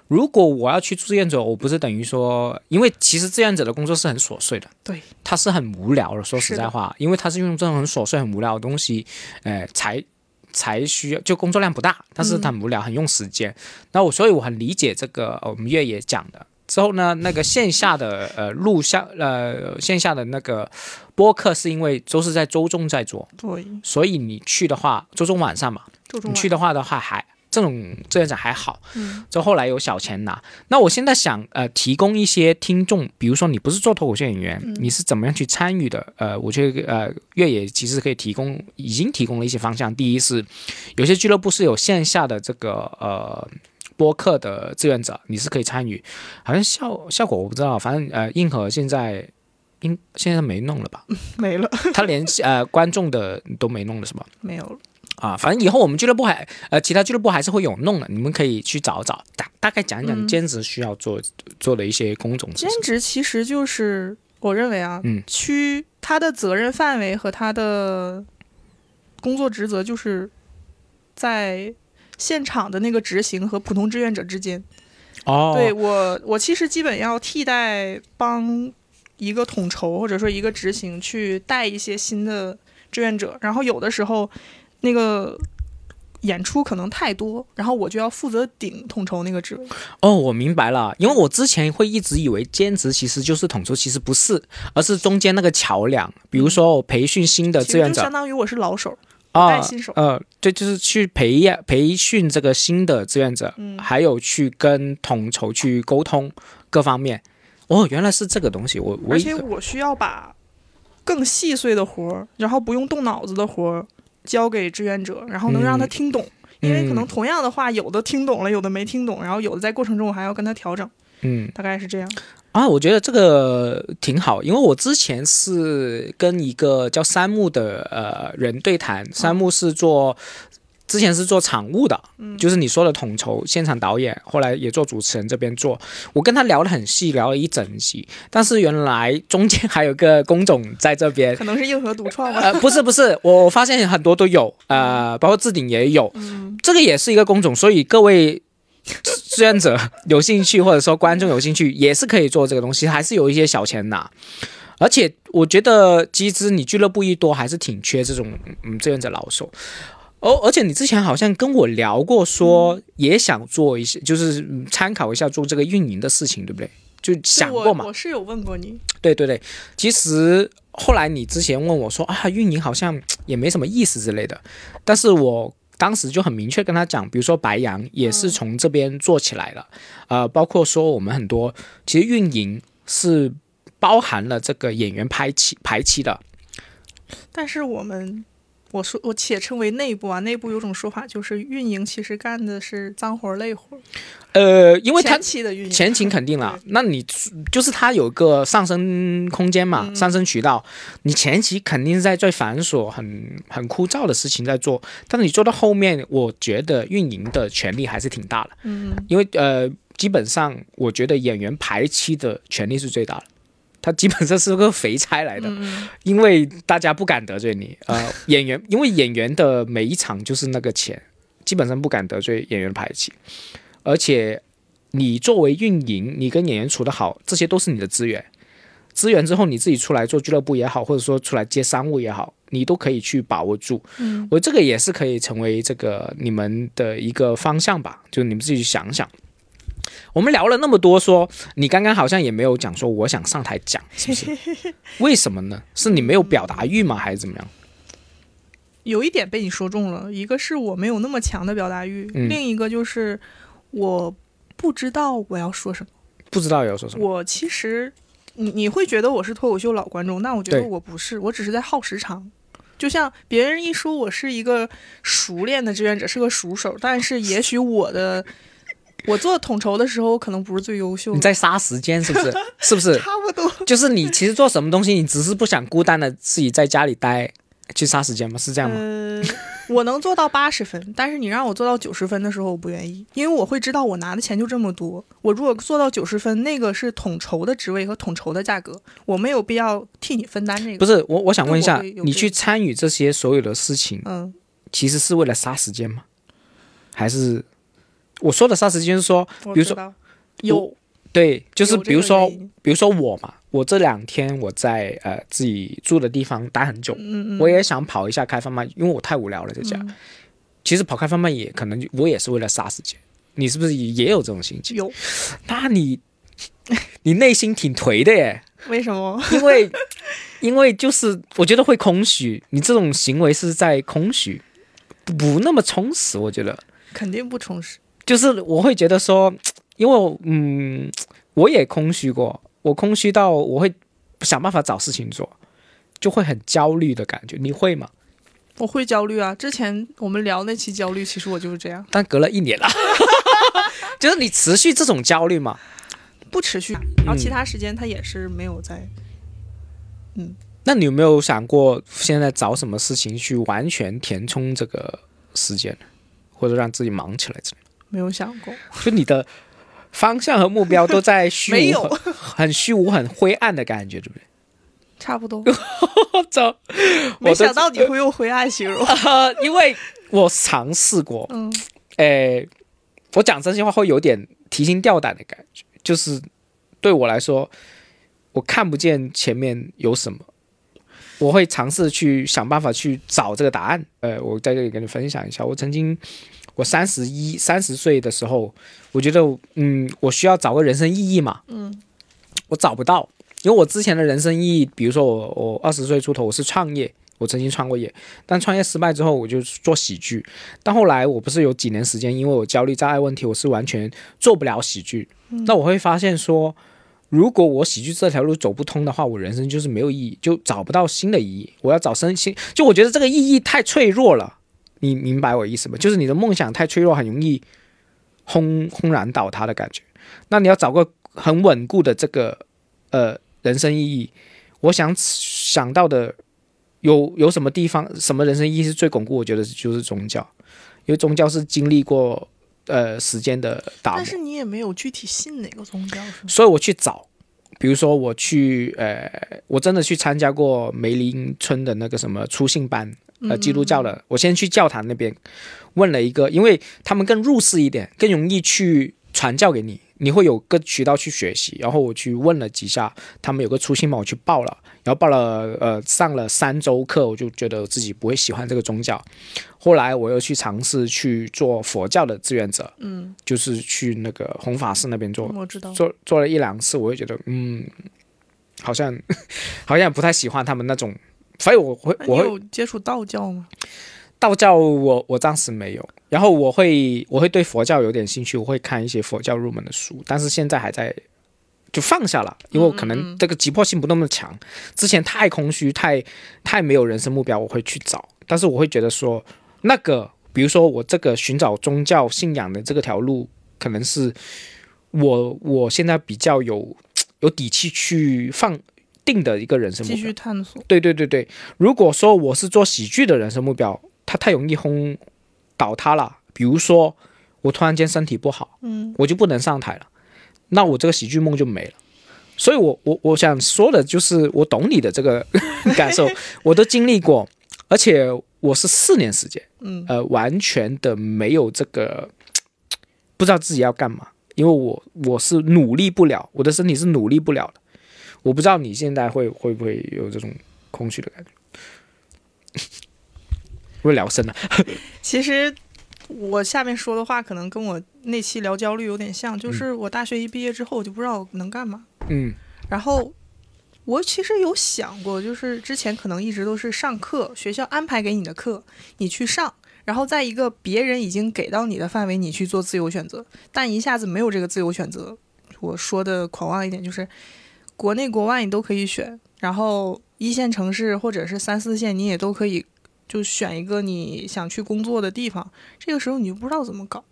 A: 如果我要去志愿者，我不是等于说，因为其实志愿者的工作是很琐碎的，
B: 对，
A: 它是很无聊的。说实
B: 是的
A: 在话，因为它是用这种很琐碎、很无聊的东西，呃，才才需要就工作量不大，但
B: 嗯
A: 是它很无聊，很用时间。那我所以我很理解这个、呃我们越野讲的。之后呢，那个线下的呃录像呃线下的那个播客是因为都是在周中在做，
B: 对，
A: 所以你去的话，周中晚上嘛，
B: 周中
A: 你
B: 晚
A: 去的话的话还这种志愿者还好，
B: 嗯，
A: 就后来有小钱拿。那我现在想呃提供一些听众，比如说你不是做脱口秀演员，你是怎么样去参与的？呃，我觉得呃越野其实可以提供，已经提供了一些方向。第一是有些俱乐部是有线下的这个呃。播客的志愿者，你是可以参与，好像效效果我不知道，反正呃，硬核现在应现在没弄了吧？
B: 没了，
A: 他连 呃观众的都没弄了是吧？
B: 没有了，
A: 啊，反正以后我们俱乐部还呃，其他俱乐部还是会有弄的，你们可以去找找。大大概讲一讲兼职需要做、做的一些工种是
B: 嗯兼
A: 什么。
B: 职其实就是我认为啊，
A: 嗯
B: 区他的责任范围和他的工作职责就是在现场的那个执行和普通志愿者之间。
A: 哦，
B: 对我，我其实基本要替代帮一个统筹或者说一个执行去带一些新的志愿者，然后有的时候那个。演出可能太多，然后我就要负责顶统筹那个职位。
A: 哦，我明白了，因为我之前会一直以为兼职其实就是统筹，其实不是，而是中间那个桥梁。比如说我培训新的
B: 嗯其
A: 志
B: 实
A: 愿
B: 就
A: 者
B: 相当于我是老手，
A: 啊
B: 带新手，
A: 呃，对，就是去培养培训这个新的志愿者，
B: 嗯
A: 还有去跟统筹去沟通各方面。哦，原来是这个东西，我我
B: 而
A: 以
B: 且
A: 为
B: 我需要把更细碎的活儿，然后不用动脑子的活儿交给志愿者，然后能让他
A: 嗯
B: 听懂。因为可能
A: 嗯
B: 同样的话，有的听懂了，有的没听懂，然后有的在过程中我还要跟他调整，
A: 嗯。
B: 大概是这样。
A: 啊，我觉得这个挺好，因为我之前是跟一个叫三木的呃人对谈，三木是做。之前是做场务的，就是你说的统筹、现场导演，后来也做主持人这边做。我跟他聊得很细，聊了一整集，但是原来中间还有个工种在这边，
B: 可能是硬核独创吧。
A: 呃，不是不是，我发现很多都有，呃，包括置顶也有，这个也是一个工种，所以各位志愿者有兴趣，或者说观众有兴趣，也是可以做这个东西，还是有一些小钱拿。而且我觉得集资你俱乐部一多，还是挺缺这种嗯志愿者老手。而、而且你之前好像跟我聊过，说也想做一些，就是嗯参考一下做这个运营的事情，对不对？就想过嘛
B: 我？我是有问过你，
A: 对对对，其实后来你之前问我说啊，运营好像也没什么意思之类的，但是我当时就很明确跟他讲，比如说白羊也是从这边做起来了，呃，包括说我们很多其实运营是包含了这个演员排期排期的，
B: 但是我们。我说，我且称为内部啊，内部有种说法就是运营其实干的是脏活儿累活儿，
A: 呃，因为他
B: 前期的运营
A: 前景肯定了，那你就是它有个上升空间嘛，上升渠道，你前期肯定是在最繁琐、很很枯燥的事情在做，但是你做到后面，我觉得运营的权利还是挺大的，嗯，因为呃，基本上我觉得演员排期的权利是最大的。他基本上是个肥差来的，因为大家不敢得罪你。呃， 演员，因为演员的每一场就是那个钱，基本上不敢得罪演员排期，而且你作为运营，你跟演员处得好，这些都是你的资源。资源之后，你自己出来做俱乐部也好，或者说出来接商务也好，你都可以去把握住。嗯，我这个也是可以成为这个你们的一个方向吧，就你们自己想想。我们聊了那么多说，你刚刚好像也没有讲说我想上台讲，是不是？为什么呢？是你没有表达欲吗？还是怎么样？
B: 有一点被你说中了，一个是我没有那么强的表达欲，
A: 嗯
B: 另一个就是我不知道我要说什么。
A: 不知道要说什么。
B: 我其实你你会觉得我是脱口秀老观众，那我觉得
A: 对
B: 我不是，我只是在耗时长。就像别人一说我是一个熟练的志愿者，是个熟手，但是也许我的我做统筹的时候可能不是最优秀
A: 你
B: 的，
A: 在杀时间，是不是？是不是？
B: 差不多。
A: 就是你其实做什么东西，你只是不想孤单的自己在家里待，去杀时间吗？是这样吗？
B: 呃，我能做到八十分，但是你让我做到九十分的时候，我不愿意，因为我会知道我拿的钱就这么多。我如果做到九十分，那个是统筹的职位和统筹的价格，我没有必要替你分担这
A: 不
B: 个。
A: 是，我我想问一下
B: 嗯那我会有，这个
A: 你去参与这些所有的事情，
B: 嗯，
A: 其实是为了杀时间吗？还是我说的杀时间是说，
B: 我
A: 比如
B: 知
A: 说
B: 道有，
A: 对，就是
B: 有这
A: 比如
B: 个
A: 说
B: 原因，
A: 比如说我嘛，我这两天我在呃自己住的地方待很久，
B: 嗯嗯，嗯
A: 我也想跑一下开放麦，因为我太无聊了在家。其实跑开放麦也可能就我也是为了杀时间，你是不是也有这种心情？
B: 有，
A: 那你你内心挺颓的耶，
B: 为什么？
A: 因为因为就是我觉得会空虚，你这种行为是在空虚，不不那么充实，我觉得。
B: 肯定不充实。
A: 就是我会觉得说，因为我嗯，我也空虚过，我空虚到我会想办法找事情做，就会很焦虑的感觉。你会吗？
B: 我会焦虑啊！之前我们聊那期焦虑，其实我就是这样，
A: 但隔了一年了， 就是你持续这种焦虑嘛？
B: 不持续。然后其他时间他也是没有在，
A: 那你有没有想过现在找什么事情去完全填充这个时间，或者让自己忙起来之类
B: 没有想过。
A: 的？就你的方向和目标都在虚
B: 没
A: 无
B: 有
A: 很、很虚无、很灰暗的感觉，对不对？
B: 差 不多，
A: 我走，
B: 没
A: 我对
B: 想 到你会用灰暗形容。
A: 呃， 因为我尝试过，
B: 嗯，
A: 诶，我讲真心话会有点提心吊胆的感觉，就是对我来说，我看不见前面有什么，我会尝试去想办法去找这个答案。呃，我在这里跟你分享一下，我曾经我三十一三十岁的时候，我觉得嗯，我需要找个人生意义嘛，嗯，我找不到，因为我之前的人生意义，比如说我我二十岁出头我是创业。我曾经创过业，但创业失败之后，我就做喜剧。但后来我不是有几年时间，因为我焦虑障碍问题，我是完全做不了喜剧。那我会发现说，如果我喜剧这条路走不通的话，我人生就是没有意义，就找不到新的意义。我要找身心，就我觉得这个意义太脆弱了。你明白我意思吗？就是你的梦想太脆弱，很容易轰轰然倒塌的感觉。那你要找个很稳固的这个呃人生意义。我想想到的有有什么地方什么人生意义是最巩固？我觉得就是宗教，因为宗教是经历过呃时间的打磨
B: 但。是你也没有具体信哪个宗教，是吗？
A: 所以我去找，比如说我去呃，我真的去参加过梅林村的那个什么初信班，呃，基督教的。我先去教堂那边问了一个，因为他们更入世一点，更容易去传教给你。你会有个渠道去学习。然后我去问了几下，他们有个初心嘛，我去报了，然后报了呃上了三周课，我就觉得自己不会喜欢这个宗教。后来我又去尝试去做佛教的志愿者，
B: 嗯，
A: 就是去那个弘法寺那边做，
B: 我知道，
A: 做做了一两次，我就觉得嗯，好像 好像不太喜欢他们那种，所以我会
B: 那你
A: 我会
B: 哎有接触道教吗？
A: 道教我我暂时没有，然后我会我会对佛教有点兴趣，我会看一些佛教入门的书，但是现在还在就放下了，因为我可能这个急迫性不那么强，之前太空虚，太太没有人生目标，我会去找，但是我会觉得说那个，比如说我这个寻找宗教信仰的这个条路，可能是我我现在比较有有底气去放定的一个人生目
B: 继
A: 标。
B: 续探索，
A: 对对对对，如果说我是做喜剧的人生目标，它太容易轰倒塌了。比如说我突然间身体不好，
B: 嗯，
A: 我就不能上台了，那我这个喜剧梦就没了。所以我我我想说的就是，我懂你的这 个感受，我都经历过，而且我是四年时间，
B: 嗯，
A: 呃，完全的没有这个不知道自己要干嘛，因为我我是努力不了，我的身体是努力不了的。我不知道你现在会会不会有这种空虚的感觉？ 会聊深了，啊
B: 其实我下面说的话可能跟我那期聊焦虑有点像，就是我大学一毕业之后我就不知道我能干嘛，
A: 嗯
B: 然后。我其实有想过，就是之前可能一直都是上课，学校安排给你的课，你去上，然后在一个别人已经给到你的范围，你去做自由选择。但一下子没有这个自由选择，我说的狂妄一点，就是国内国外你都可以选，然后一线城市或者是三四线你也都可以，就选一个你想去工作的地方。这个时候你就不知道怎么搞，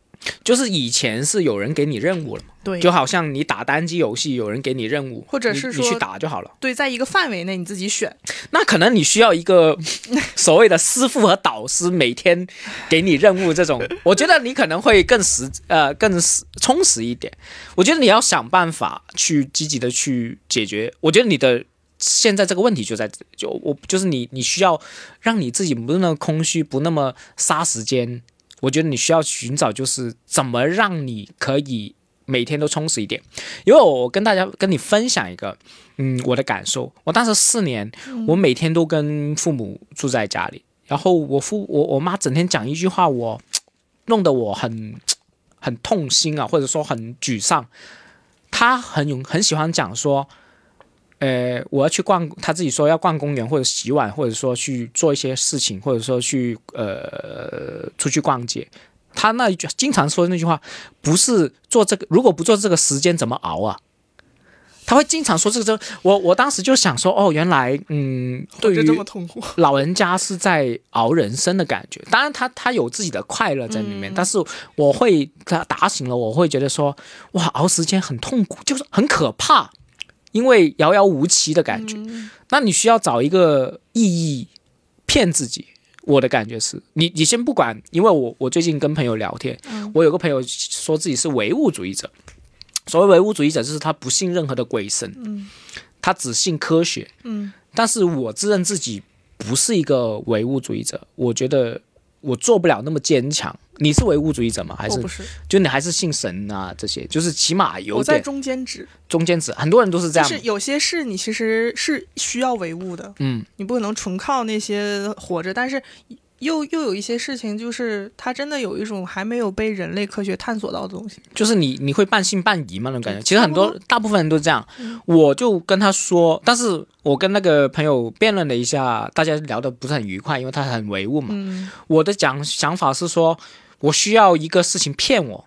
A: 就是以前是有人给你任务了嘛，
B: 对，
A: 就好像你打单机游戏，有人给你任务，
B: 或者
A: 你
B: 是
A: 你去
B: 说
A: 打就好了。
B: 对，在一个范围内你自己选，
A: 那可能你需要一个 所谓的师傅和导师，每天给你任务这种，我觉得你可能会更实呃更实充实一点。我觉得你要想办法去积极的去解决。我觉得你的现在这个问题就在这就我就是你你需要让你自己不那么空虚，不那么杀时间。我觉得你需要寻找就是怎么让你可以每天都充实一点。因为我跟大家跟你分享一个，嗯，我的感受。我当时四年，我每天都跟父母住在家里，然后我父我我妈整天讲一句话，我弄得我很很痛心啊，或者说很沮丧。她很有很喜欢讲说，呃，我要去逛，她自己说要逛公园或者洗碗，或者说去做一些事情，或者说去呃出去逛街。她那一句经常说那句话，不是做这个，如果不做这个时间怎么熬啊？他会经常说这个，我我当时就想说，哦，原来，嗯，对
B: 哦就这
A: 于
B: 么痛苦。
A: 老人家是在熬人生的感觉，当然他他有自己的快乐在里面，但是我会他打醒了，我会觉得说，哇，熬时间很痛苦，就是很可怕，因为遥遥无期的感觉。那你需要找一个意义骗自己。我的感觉是你，你先不管，因为我我最近跟朋友聊天，我有个朋友说自己是唯物主义者，所谓唯物主义者就是他不信任何的鬼神，他只信科学，
B: 嗯，
A: 但是我自认自己不是一个唯物主义者，我觉得我做不了那么坚强。你是唯物主义者吗？还
B: 我
A: 是
B: 不是，
A: 就你还是信神啊？这些就是起码有
B: 我在
A: 点
B: 中间值，
A: 中间值，很多人都是这
B: 就
A: 样
B: 是。有些事你其实是需要维护的，
A: 嗯，
B: 你不可能纯靠那些活着，但是又又有一些事情，就是它真的有一种还没有被人类科学探索到的东西。
A: 就是你你会半信半疑嘛那种感觉。其实很
B: 差
A: 多
B: 不
A: 大部分人都这样，
B: 嗯
A: 我就跟他说，但是我跟那个朋友辩论了一下，大家聊得不是很愉快，因为他很唯物嘛。
B: 嗯，
A: 我的讲想法是说，我需要一个事情骗我，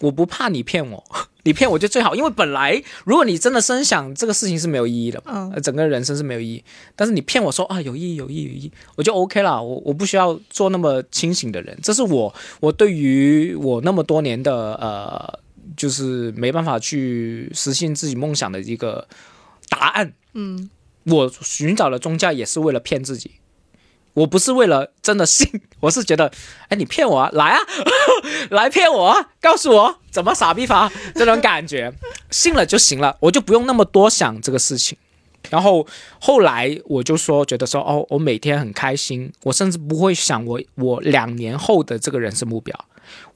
A: 我不怕你骗我， 你骗我就最好，因为本来如果你真的深想这个事情是没有意义的，
B: 嗯
A: 呃整个人生是没有意义。但是你骗我说啊有意义有意义有意义，我就 OK 了，我我不需要做那么清醒的人，这是我我对于我那么多年的呃，就是没办法去实现自己梦想的一个答案。
B: 嗯，
A: 我寻找的宗教也是为了骗自己，我不是为了真的信，我是觉得，哎，你骗我啊，来啊， 来骗我啊，告诉我怎么傻逼法这种感觉，信了就行了，我就不用那么多想这个事情。然后后来我就说，觉得说，哦，我每天很开心，我甚至不会想我我两年后的这个人生目标，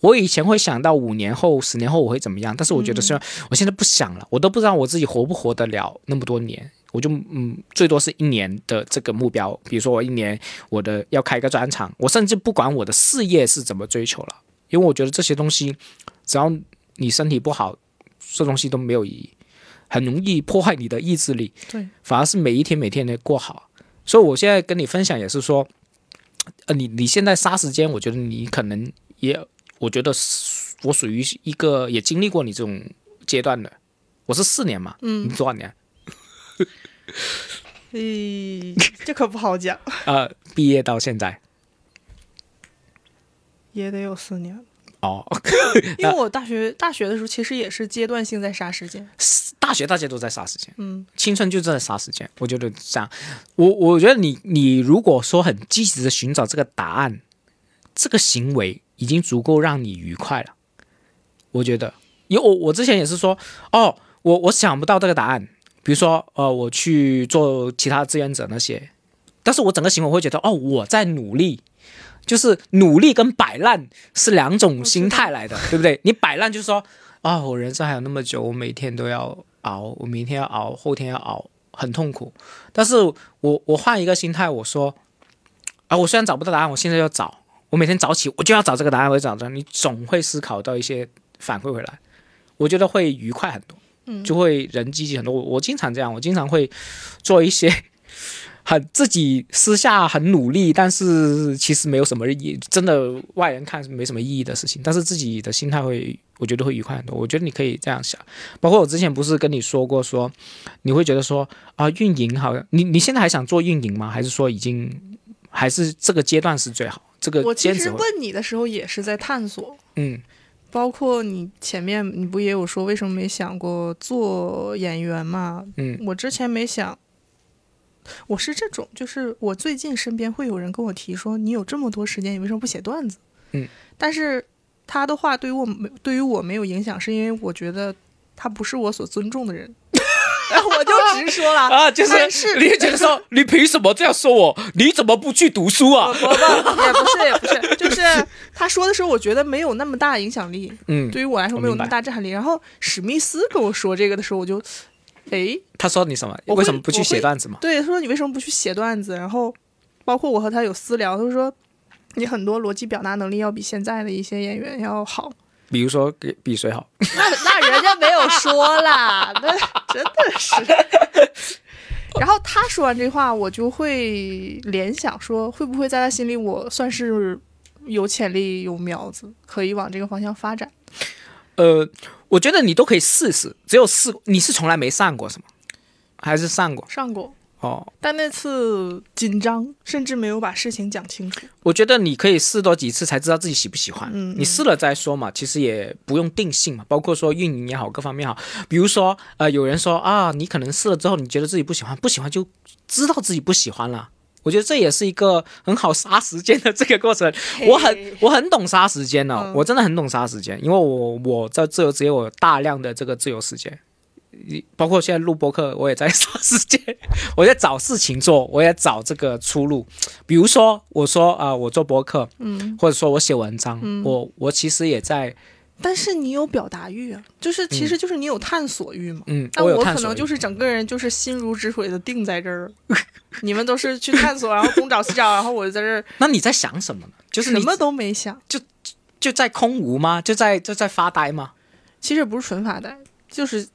A: 我以前会想到五年后、十年后我会怎么样，但是我觉得虽然我现在不想了，我都不知道我自己活不活得了那么多年。我就嗯，最多是一年的这个目标，比如说我一年我的要开一个专场，我甚至不管我的事业是怎么追求了，因为我觉得这些东西，只要你身体不好，这东西都没有意义，很容易破坏你的意志力，
B: 对，
A: 反而是每一天每天的过好。所以我现在跟你分享也是说，呃，你你现在杀时间，我觉得你可能也，我觉得是我属于一个也经历过你这种阶段的，我是四年嘛，嗯，你多少年？
B: 诶，这可不好讲，
A: 呃，毕业到现在
B: 也得有四年。
A: 哦，
B: 因为我大学大学的时候，其实也是阶段性在杀时间。
A: 大学大家都在杀时间，
B: 嗯，
A: 青春就在杀时间。我觉得这样，我我觉得你你如果说很积极的寻找这个答案，这个行为已经足够让你愉快了。我觉得，因为我我之前也是说，哦，我我想不到这个答案，比如说呃，我去做其他志愿者那些，但是我整个行为会觉得，哦，我在努力。就是努力跟摆烂是两种心态来的，对不对？你摆烂就是说，啊、我人生还有那么久，我每天都要熬，我明天要熬，后天要熬，很痛苦。但是我我换一个心态，我说，啊，我虽然找不到答案，我现在要找，我每天早起我就要找这个答案，我就找着，你总会思考到一些反馈回来，我觉得会愉快很多，
B: 嗯
A: 就会人积极很多。我我经常这样，我经常会做一些。 很自己私下很努力，但是其实没有什么意义，真的外人看是没什么意义的事情。但是自己的心态会，我觉得会愉快很多。我觉得你可以这样想，包括我之前不是跟你说过说，你会觉得说啊，运营好像你你现在还想做运营吗？还是说已经还是这个阶段是最好？这
B: 我
A: 个
B: 其
A: 兼
B: 实
A: 职会
B: 问你的时候也是在探索，
A: 嗯
B: 包括你前面你不也有说为什么没想过做演员嘛？
A: 嗯，
B: 我之前没想，我是这种，就是我最近身边会有人跟我提说，你有这么多时间，你为什么不写段子？
A: 嗯，
B: 但是他的话对于我没对于我没有影响，是因为我觉得他不是我所尊重的人， 我就直说了
A: 啊，就是
B: 但是
A: 你会觉得说，你凭什么这样说我？你怎么不去读书啊？
B: 也不是也不是，就是他说的时候，我觉得没有那么大影响力，
A: 嗯，
B: 对于我来说
A: 我
B: 没有
A: 明
B: 那
A: 白
B: 么大震撼力。然后史密斯跟我说这个的时候，我就，哎，
A: 他说你什么？
B: 我会
A: 为什么不去
B: 我会
A: 写段子嘛？
B: 对，他说你为什么不去写段子？然后，包括我和他有私聊，他说你很多逻辑表达能力要比现在的一些演员要好。
A: 比如说给比谁好？
B: 那那人家没有说啦，那 真的是。然后他说完这话，我就会联想说，会不会在他心里我算是有潜力、有苗子，可以往这个方向发展？
A: 呃，我觉得你都可以试试，只有试，你是从来没上过是吗？还是上过？
B: 上过，
A: 哦，
B: 但那次紧张，甚至没有把事情讲清楚。
A: 我觉得你可以试多几次才知道自己喜不喜欢。
B: 嗯嗯
A: 你试了再说嘛，其实也不用定性嘛，包括说运营也好，各方面好。比如说，呃，有人说啊，你可能试了之后，你觉得自己不喜欢，不喜欢就知道自己不喜欢了。我觉得这也是一个很好杀时间的这个过程。我很我很懂杀时间呢、
B: 嗯
A: 我真的很懂杀时间，因为我我在自由职业，我有大量的这个自由时间。包括现在录播课，我也在杀时间， 我在找事情做，我也找这个出路。比如说，我说啊、呃我做播客，
B: 嗯，
A: 或者说我写文章，我我其实也在，
B: 但是你有表达欲啊，就是其实就是你有探索欲嘛。
A: 嗯，
B: 但
A: 有
B: 我
A: 探
B: 可
A: 索
B: 能
A: 欲
B: 就是整个人就是心如止水的定在这儿， 你们都是去探索，然后东找西找，然后我就在这儿
A: 那你在想什么呢？ 就是
B: 什
A: 你
B: 么都没想。
A: 就在空无吗？就在就在发呆吗？
B: 其实也不是纯发呆，就是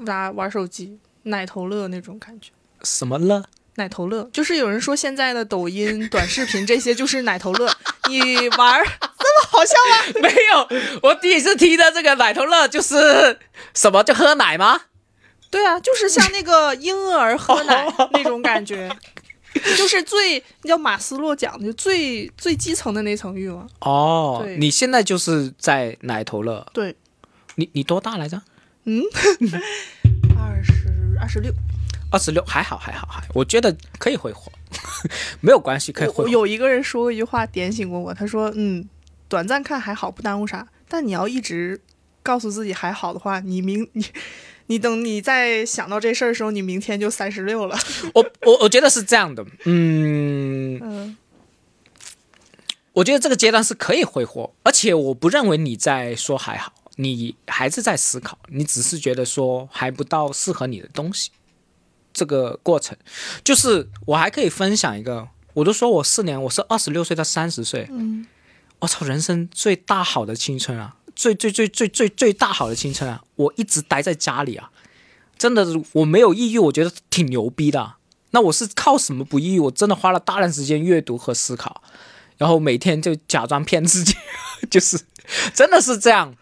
B: 玩玩手机、奶头乐那种感觉。
A: 什么了？
B: 奶头乐，就是有人说现在的抖音、短视频这些就是奶头乐，你玩儿这么好笑吗？
A: 没有，我第一次听到这个奶头乐就是什么就喝奶吗？
B: 对啊，就是像那个婴儿喝 奶那种感觉，就是最要马斯洛讲的，就最最基层的那层欲望。
A: 哦
B: 对，
A: 你现在就是在奶头乐，
B: 对，
A: 你你多大来着？
B: 二十二十六，
A: 二十六，还好还好还，我觉得可以挥霍， 没有关系，可以
B: 我
A: 挥霍。
B: 我有一个人说过一句话点醒过我，他说：“嗯，短暂看还好，不耽误啥，但你要一直告诉自己还好的话，你明你你等你再想到这事儿的时候，你明天就三十六了。
A: 我我我觉得是这样的，嗯，
B: 嗯
A: 我觉得这个阶段是可以挥霍，而且我不认为你在说还好，你还是在思考，你只是觉得说还不到适合你的东西。这个过程，就是我还可以分享一个，我都说我四年，我是二十六岁到三十岁，
B: 嗯，
A: 我操，人生最大好的青春啊，最最最最最最大好的青春啊！我一直待在家里啊，真的我没有抑郁，我觉得挺牛逼的啊。那我是靠什么不抑郁？我真的花了大量时间阅读和思考，然后每天就假装骗自己， 就是真的是这样。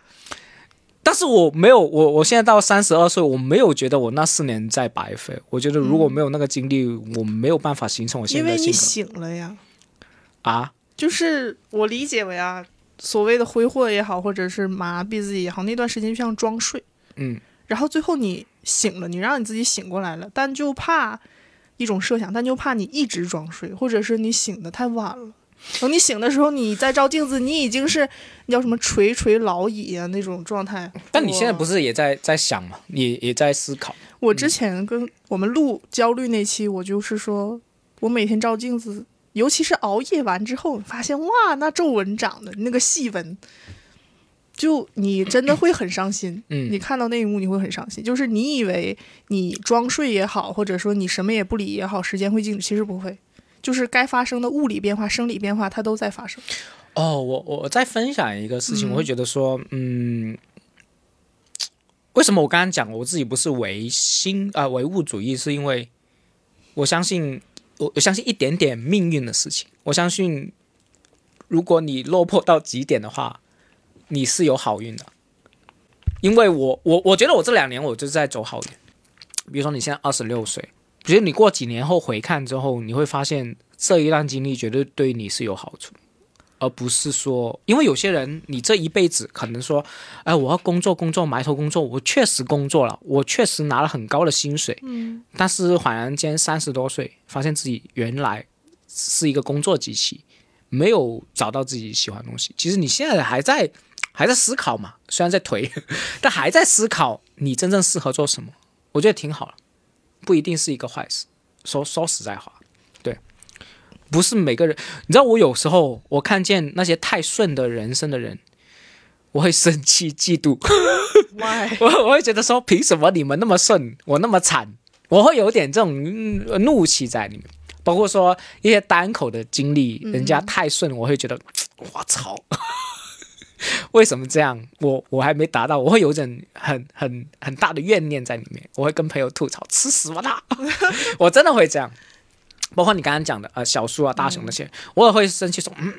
A: 但是我没有，我我现在到三十二岁，我没有觉得我那四年在白费。我觉得如果没有那个经历，我没有办法形成我现
B: 嗯因
A: 在
B: 为
A: 的
B: 你
A: 性格
B: 醒了呀。
A: 啊。
B: 就是我理解为啊，所谓的挥霍也好，或者是麻痹自己也好，那段时间就像装睡，
A: 嗯，
B: 然后最后你醒了，你让你自己醒过来了，但就怕一种设想，但就怕你一直装睡，或者是你醒的太晚了。等你醒的时候，你再照镜子，你已经是那叫什么垂垂老矣啊那种状态。
A: 但你现在
B: 我
A: 不是也在在想嘛，也也在思考。
B: 我之前跟我们录焦虑那期，我就是说我每天照镜子，尤其是熬夜完之后，发现哇，那皱纹长的那个细纹，就你真的会很伤心。
A: 嗯
B: 你看到那一幕你会很伤心，就是你以为你装睡也好，或者说你什么也不理也好，时间会静止，其实不会。就是该发生的物理变化、生理变化，它都在发生。
A: 哦，我我我再分享一个事情，
B: 嗯
A: 我会觉得说，嗯，为什么我刚刚讲我自己不是唯心啊、唯物主义，是因为我相信我我相信一点点命运的事情，我相信如果你落魄到极点的话，你是有好运的，因为我我我觉得我这两年我就是在走好运，比如说你现在二十六岁，比如你过几年后回看之后，你会发现这一段经历绝对对你是有好处。而不是说，因为有些人你这一辈子可能说，哎，我要工作工作埋头工作，我确实工作了，我确实拿了很高的薪水，
B: 嗯，
A: 但是恍然间三十多岁，发现自己原来是一个工作机器，没有找到自己喜欢的东西。其实你现在还在还在思考嘛，虽然在颓， 但还在思考你真正适合做什么，我觉得挺好了，不一定是一个坏事。说说实在话，对，不是每个人，你知道我有时候我看见那些太顺的人生的人，我会生气嫉妒。
B: why？
A: 我我会觉得说，凭什么你们那么顺，我那么惨？我会有点这种、嗯怒气在里面。包括说一些单口的经历，人家太顺，我会觉得，我操， 为什么这样？我我还没达到，我会有一种很很很大的怨念在里面。我会跟朋友吐槽，吃屎吧他！ 我真的会这样。包括你刚刚讲的，呃，小叔啊、大雄那些，我也会生气说，嗯，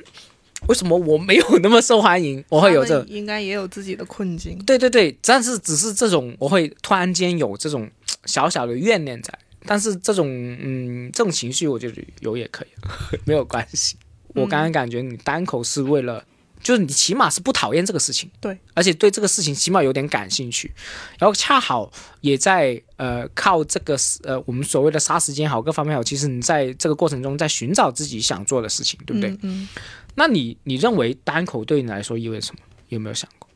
A: 为什么我没有那么受欢迎？我会有这种
B: 他们应该也有自己的困境。
A: 对对对，但是只是这种，我会突然间有这种小小的怨念在，但是这种嗯这种情绪，我觉得有也可以， 没有关系。我刚刚感觉你单口是为了，就是你起码是不讨厌这个事情，
B: 对，
A: 而且对这个事情起码有点感兴趣，然后恰好也在呃靠这个呃我们所谓的杀时间好各方面好，其实你在这个过程中在寻找自己想做的事情，对不对？
B: 嗯嗯
A: 那你你认为单口对你来说意味着什么？有没有想过？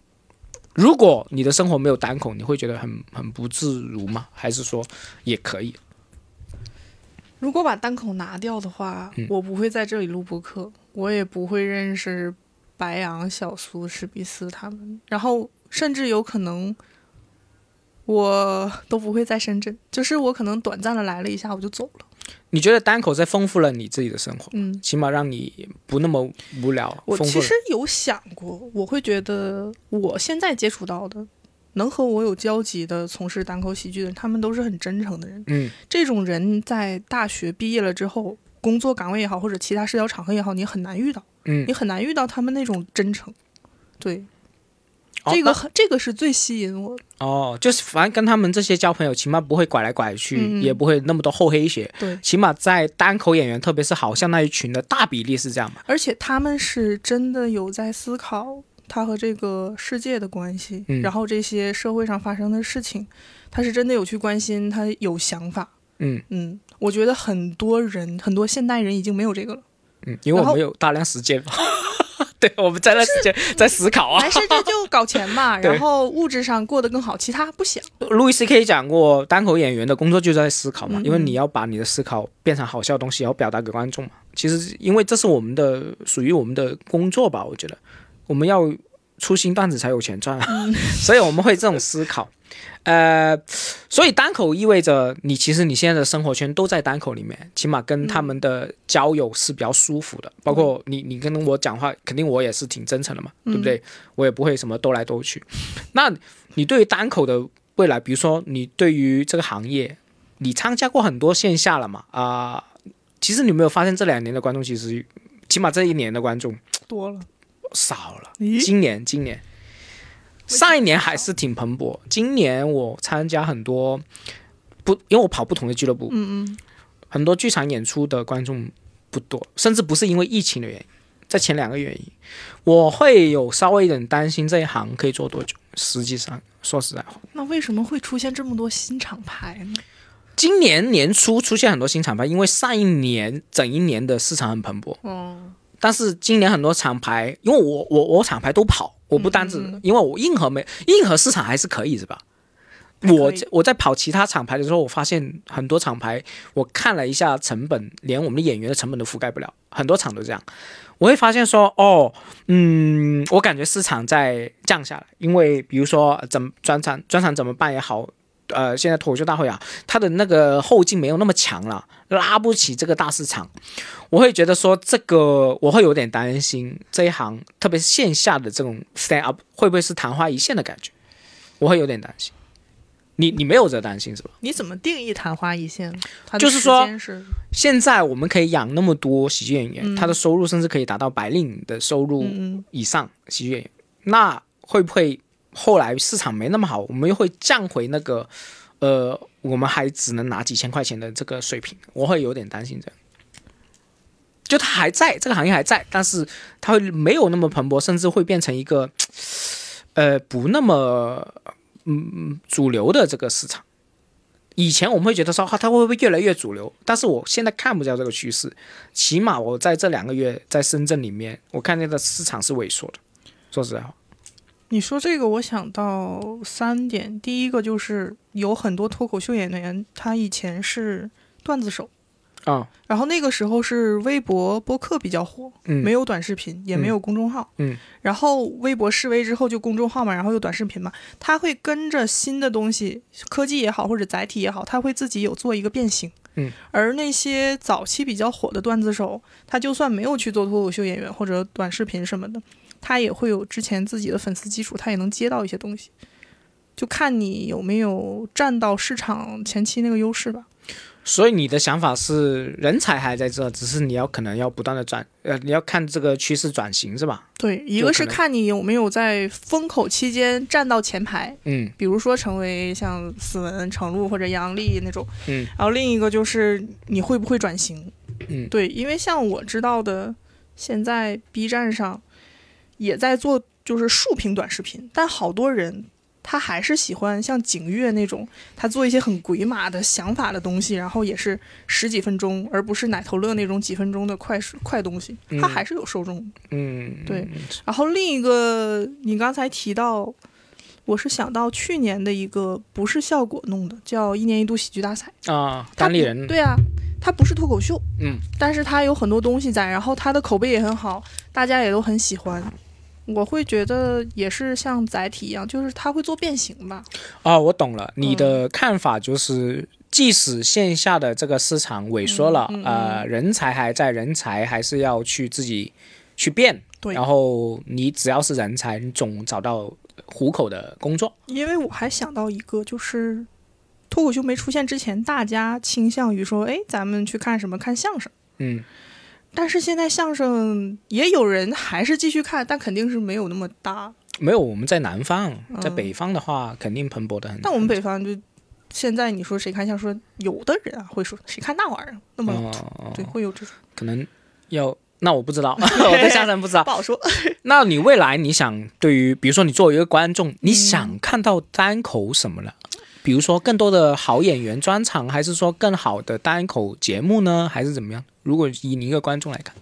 A: 如果你的生活没有单口，你会觉得很很不自如吗？还是说也可以？
B: 如果把单口拿掉的话，我不会在这里录播客，我也不会认识白羊、小苏、史密斯他们，然后甚至有可能我都不会在深圳，就是我可能短暂的来了一下我就走了。
A: 你觉得单口在丰富了你自己的生活，
B: 嗯，
A: 起码让你不那么无聊。
B: 我
A: 丰
B: 其
A: 富了
B: 实有想过，我会觉得我现在接触到的。能和我有交集的从事单口喜剧的人，他们都是很真诚的人。
A: 嗯
B: 这种人在大学毕业了之后，工作岗位也好，或者其他社交场合也好，你很难遇到。
A: 嗯
B: 你，很难遇到他们那种真诚。对，
A: 哦
B: 这个
A: 那
B: 很这个是最吸引我的。
A: 哦，就是反正跟他们这些交朋友，起码不会拐来拐去，
B: 嗯
A: 也不会那么多厚黑学。
B: 对，
A: 起码在单口演员，特别是好像那一群的大比例是这样嘛？
B: 而且他们是真的有在思考他和这个世界的关系，
A: 嗯
B: 然后这些社会上发生的事情，他是真的有去关心，他有想法。
A: 嗯
B: 嗯，我觉得 很多人，很多现代人已经没有这个了。
A: 嗯，因为
B: 然
A: 我
B: 后
A: 们有大量时间嘛。 对，我们在那 时间在思考啊
B: 还。是这就搞钱嘛，
A: 对
B: 然后物质上过得更好，其他不想。
A: 路易 C K 讲过，单口演员的工作就在思考嘛，
B: 嗯
A: 因为你要把你的思考变成好笑的东西，要表达给观众嘛。其实，因为这是我们的属于我们的工作吧，我觉得我们要出新段子才有钱赚啊， 所以我们会这种思考。呃，所以单口意味着你其实你现在的生活圈都在单口里面，起码跟他们的交友是比较舒服的。包括你，你跟我讲话，肯定我也是挺真诚的嘛，对不对？我也不会什么兜来兜去。那你对于单口的未来，比如说你对于这个行业，你参加过很多线下了嘛？啊、其实你有没有发现这两年的观众其实，起码这一年的观众
B: 多了，
A: 少了。
B: 咦，
A: 今年，今年，上一年还是挺蓬勃。今年我参加很多不，因为我跑不同的俱乐部，
B: 嗯嗯，
A: 很多剧场演出的观众不多，甚至不是因为疫情的原因，在前两个原因，我会有稍微有点担心这一行可以做多久。实际上，说实在话，
B: 那为什么会出现这么多新厂牌呢？
A: 今年年初出现很多新厂牌，因为上一年整一年的市场很蓬勃，
B: 嗯，
A: 但是今年很多厂牌，因为我我我厂牌都跑，我不单只、因为我硬核没硬核市场还是可以是吧？
B: 可以
A: 我我在跑其他厂牌的时候，我发现很多厂牌，我看了一下成本，连我们的演员的成本都覆盖不了，很多厂都这样。我会发现说，哦，嗯，我感觉市场在降下来，因为比如说呃怎么专场专场怎么办也好，呃，现在脱口秀大会啊，它的那个后劲没有那么强了，拉不起这个大市场。我会觉得说这个我会有点担心这一行，特别是线下的这种 stand up 会不会是昙花一现的感觉？我会有点担心。你你没有这担心是吧？
B: 你怎么定义昙花一现？它的
A: 就是
B: 时
A: 说
B: 间是
A: 现在我们可以养那么多喜剧演员，
B: 嗯
A: 他的收入甚至可以达到白领的收入
B: 嗯嗯
A: 以上，喜剧演员，那会不会后来市场没那么好，我们又会降回那个呃，我们还只能拿几千块钱的这个水平？我会有点担心这样。就它还在这个行业还在，但是它会没有那么蓬勃，甚至会变成一个呃不那么嗯主流的这个市场。以前我们会觉得说，啊它会不会越来越主流？但是我现在看不到这个趋势。起码我在这两个月在深圳里面，我看见的市场是萎缩的。说实在话，
B: 你说这个，我想到三点。第一个就是有很多脱口秀演员，他以前是段子手，
A: 啊、
B: 然后那个时候是微博、播客比较火，
A: 嗯，
B: 没有短视频，也没有公众号。
A: 嗯，
B: 然后微博示威之后就公众号嘛，然后又短视频嘛，他会跟着新的东西，科技也好或者载体也好，他会自己有做一个变形。
A: 嗯，
B: 而那些早期比较火的段子手，他就算没有去做脱口秀演员或者短视频什么的，他也会有之前自己的粉丝基础，他也能接到一些东西。就看你有没有占到市场前期那个优势吧。
A: 所以你的想法是人才还在这，只是你要可能要不断的转，呃，你要看这个趋势转型是吧？
B: 对，一
A: 就
B: 个
A: 可
B: 是
A: 能
B: 看你有没有在风口期间站到前排，
A: 嗯
B: 比如说成为像斯文、程璐或者杨笠那种，
A: 嗯
B: 然后另一个就是你会不会转型？
A: 嗯
B: 对，因为像我知道的，现在 B 站上也在做就是竖屏短视频，但好多人他还是喜欢像景月那种，他做一些很鬼马的想法的东西，然后也是十几分钟，而不是奶头乐那种几分钟的快快东西，他
A: 嗯
B: 还是有受众的。
A: 嗯，
B: 对，然后另一个，你刚才提到，我是想到去年的一个不是效果弄的，叫一年一度喜剧大赛，
A: 啊、
B: 它
A: 单立
B: 不
A: 人，
B: 对啊，它不是脱口秀，
A: 嗯，
B: 但是它有很多东西在，然后它的口碑也很好，大家也都很喜欢。我会觉得也是像载体一样，就是它会做变形吧。
A: 哦，我懂了，你的看法就是，即使线下的这个市场萎缩了，
B: 嗯嗯嗯
A: 呃，人才还在，人才还是要去自己去变。
B: 对
A: 然后你只要是人才，你总找到糊口的工作。
B: 因为我还想到一个，就是脱口秀没出现之前，大家倾向于说，哎，咱们去看什么？看相声。
A: 嗯，
B: 但是现在相声也有人还是继续看，但肯定是没有那么大。
A: 没有，我们在南方，在
B: 嗯
A: 北方的话，肯定蓬勃的很。
B: 但我们北方就现在你说谁看相声，有的人啊会说谁看那玩意儿，那么、
A: 哦哦
B: 对，会有这种
A: 可能要。那我不 知道，我对相声不知道
B: 不。好说。
A: 那你未来你想对于，比如说你作为一个观众，你想看到单口什么呢？比如说更多的好演员专场，还是说更好的单口节目呢？还是怎么样？如果以你一个观众来看，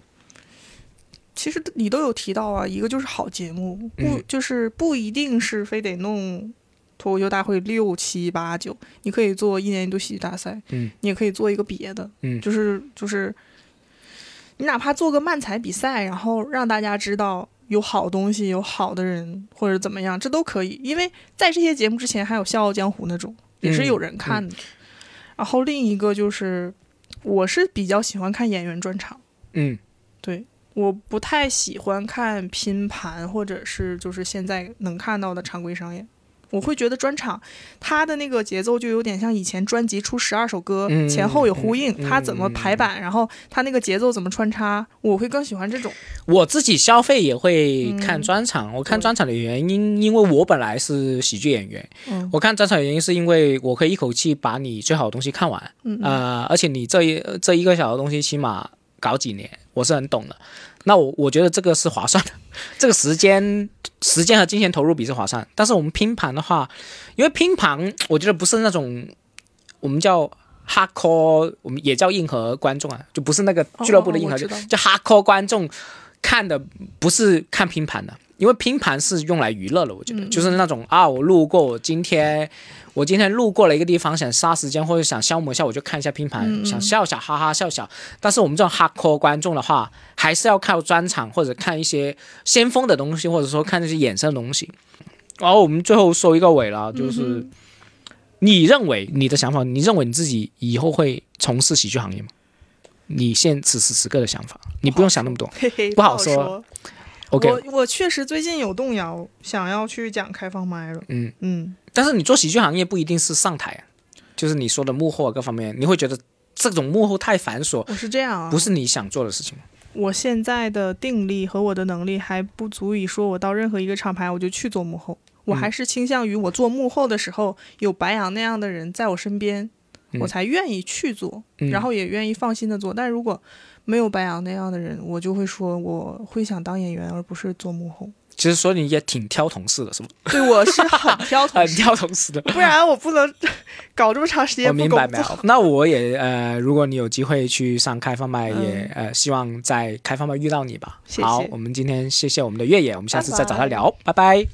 B: 其实你都有提到啊，一个就是好节目，不、
A: 嗯
B: 就是不一定是非得弄脱口秀大会六七八九，你可以做一年一度喜剧大赛，
A: 嗯，
B: 你也可以做一个别的，
A: 嗯
B: 就是就是，你哪怕做个漫才比赛，然后让大家知道有好东西，有好的人或者怎么样，这都可以，因为在这些节目之前还有《笑傲江湖》那种，也
A: 嗯
B: 是有人看的。然后另一个就是，我是比较喜欢看演员专场。
A: 嗯
B: 对，我不太喜欢看拼盘，或者是就是现在能看到的常规商演。我会觉得专场它的那个节奏就有点像以前专辑出十二首歌，
A: 嗯
B: 前后有呼应，
A: 嗯
B: 它怎么排版，然后它那个节奏怎么穿插，我会更喜欢这种。
A: 我自己消费也会看
B: 嗯
A: 专场，我看
B: 对
A: 专场的原因，因为我本来是喜剧演员，
B: 嗯
A: 我看专场的原因是因为我可以一口气把你最好的东西看完，
B: 嗯嗯
A: 呃，而且你这一这一个小的东西，起码搞几年，我是很懂的。那我我觉得这个是划算的， 这个时间、时间和金钱投入比是划算。但是我们拼盘的话，因为拼盘，我觉得不是那种我们叫 hardcore，我们也叫硬核观众啊，就不是那个俱乐部的硬
B: 哦
A: 核，
B: 我
A: 就
B: 知道
A: 就 hardcore 观众看的不是看拼盘的，因为拼盘是用来娱乐的，我觉得、就是那种啊，我路过，我今天我今天路过了一个地方，想杀时间或者想消磨一下，我就看一下拼盘，想笑笑哈哈笑笑。但是我们这种 hardcore 观众的话，还是要靠专场或者看一些先锋的东西，或者说看那些衍生的东西。然后我们最后收一个尾了，就是、你认为你的想法，你认为你自己以后会从事喜剧行业吗？你现此时此刻的想法，你不用想那么多。
B: 嘿嘿，
A: 不好
B: 好
A: 说 OK，
B: 我我确实最近有动摇，想要去讲开放麦了。
A: 嗯
B: 嗯，
A: 但是你做喜剧行业不一定是上台啊，就是你说的幕后啊各方面，你会觉得这种幕后太繁琐，
B: 我是这样啊，
A: 不是你想做的事情。
B: 我现在的定力和我的能力还不足以说我到任何一个厂牌我就去做幕后，
A: 嗯
B: 我还是倾向于我做幕后的时候有白羊那样的人在我身边，
A: 嗯
B: 我才愿意去做，
A: 嗯
B: 然后也愿意放心的做。但如果没有白羊那样的人，我就会说我会想当演员而不是做幕 后。
A: 其实说你也挺挑同事的，是吗？
B: 对，我是很挑
A: 很
B: 同事，
A: 挑同事的。
B: 不然我不能搞这么长时间
A: 我
B: 不
A: 哦明白
B: 工
A: 没有
B: 作。？
A: 那我也呃，如果你有机会去上开放麦，
B: 嗯
A: 也呃希望在开放麦遇到你吧。
B: 谢谢
A: 好，我们今天谢谢我们的越野，我们下次再找他
B: 拜拜
A: 聊，拜拜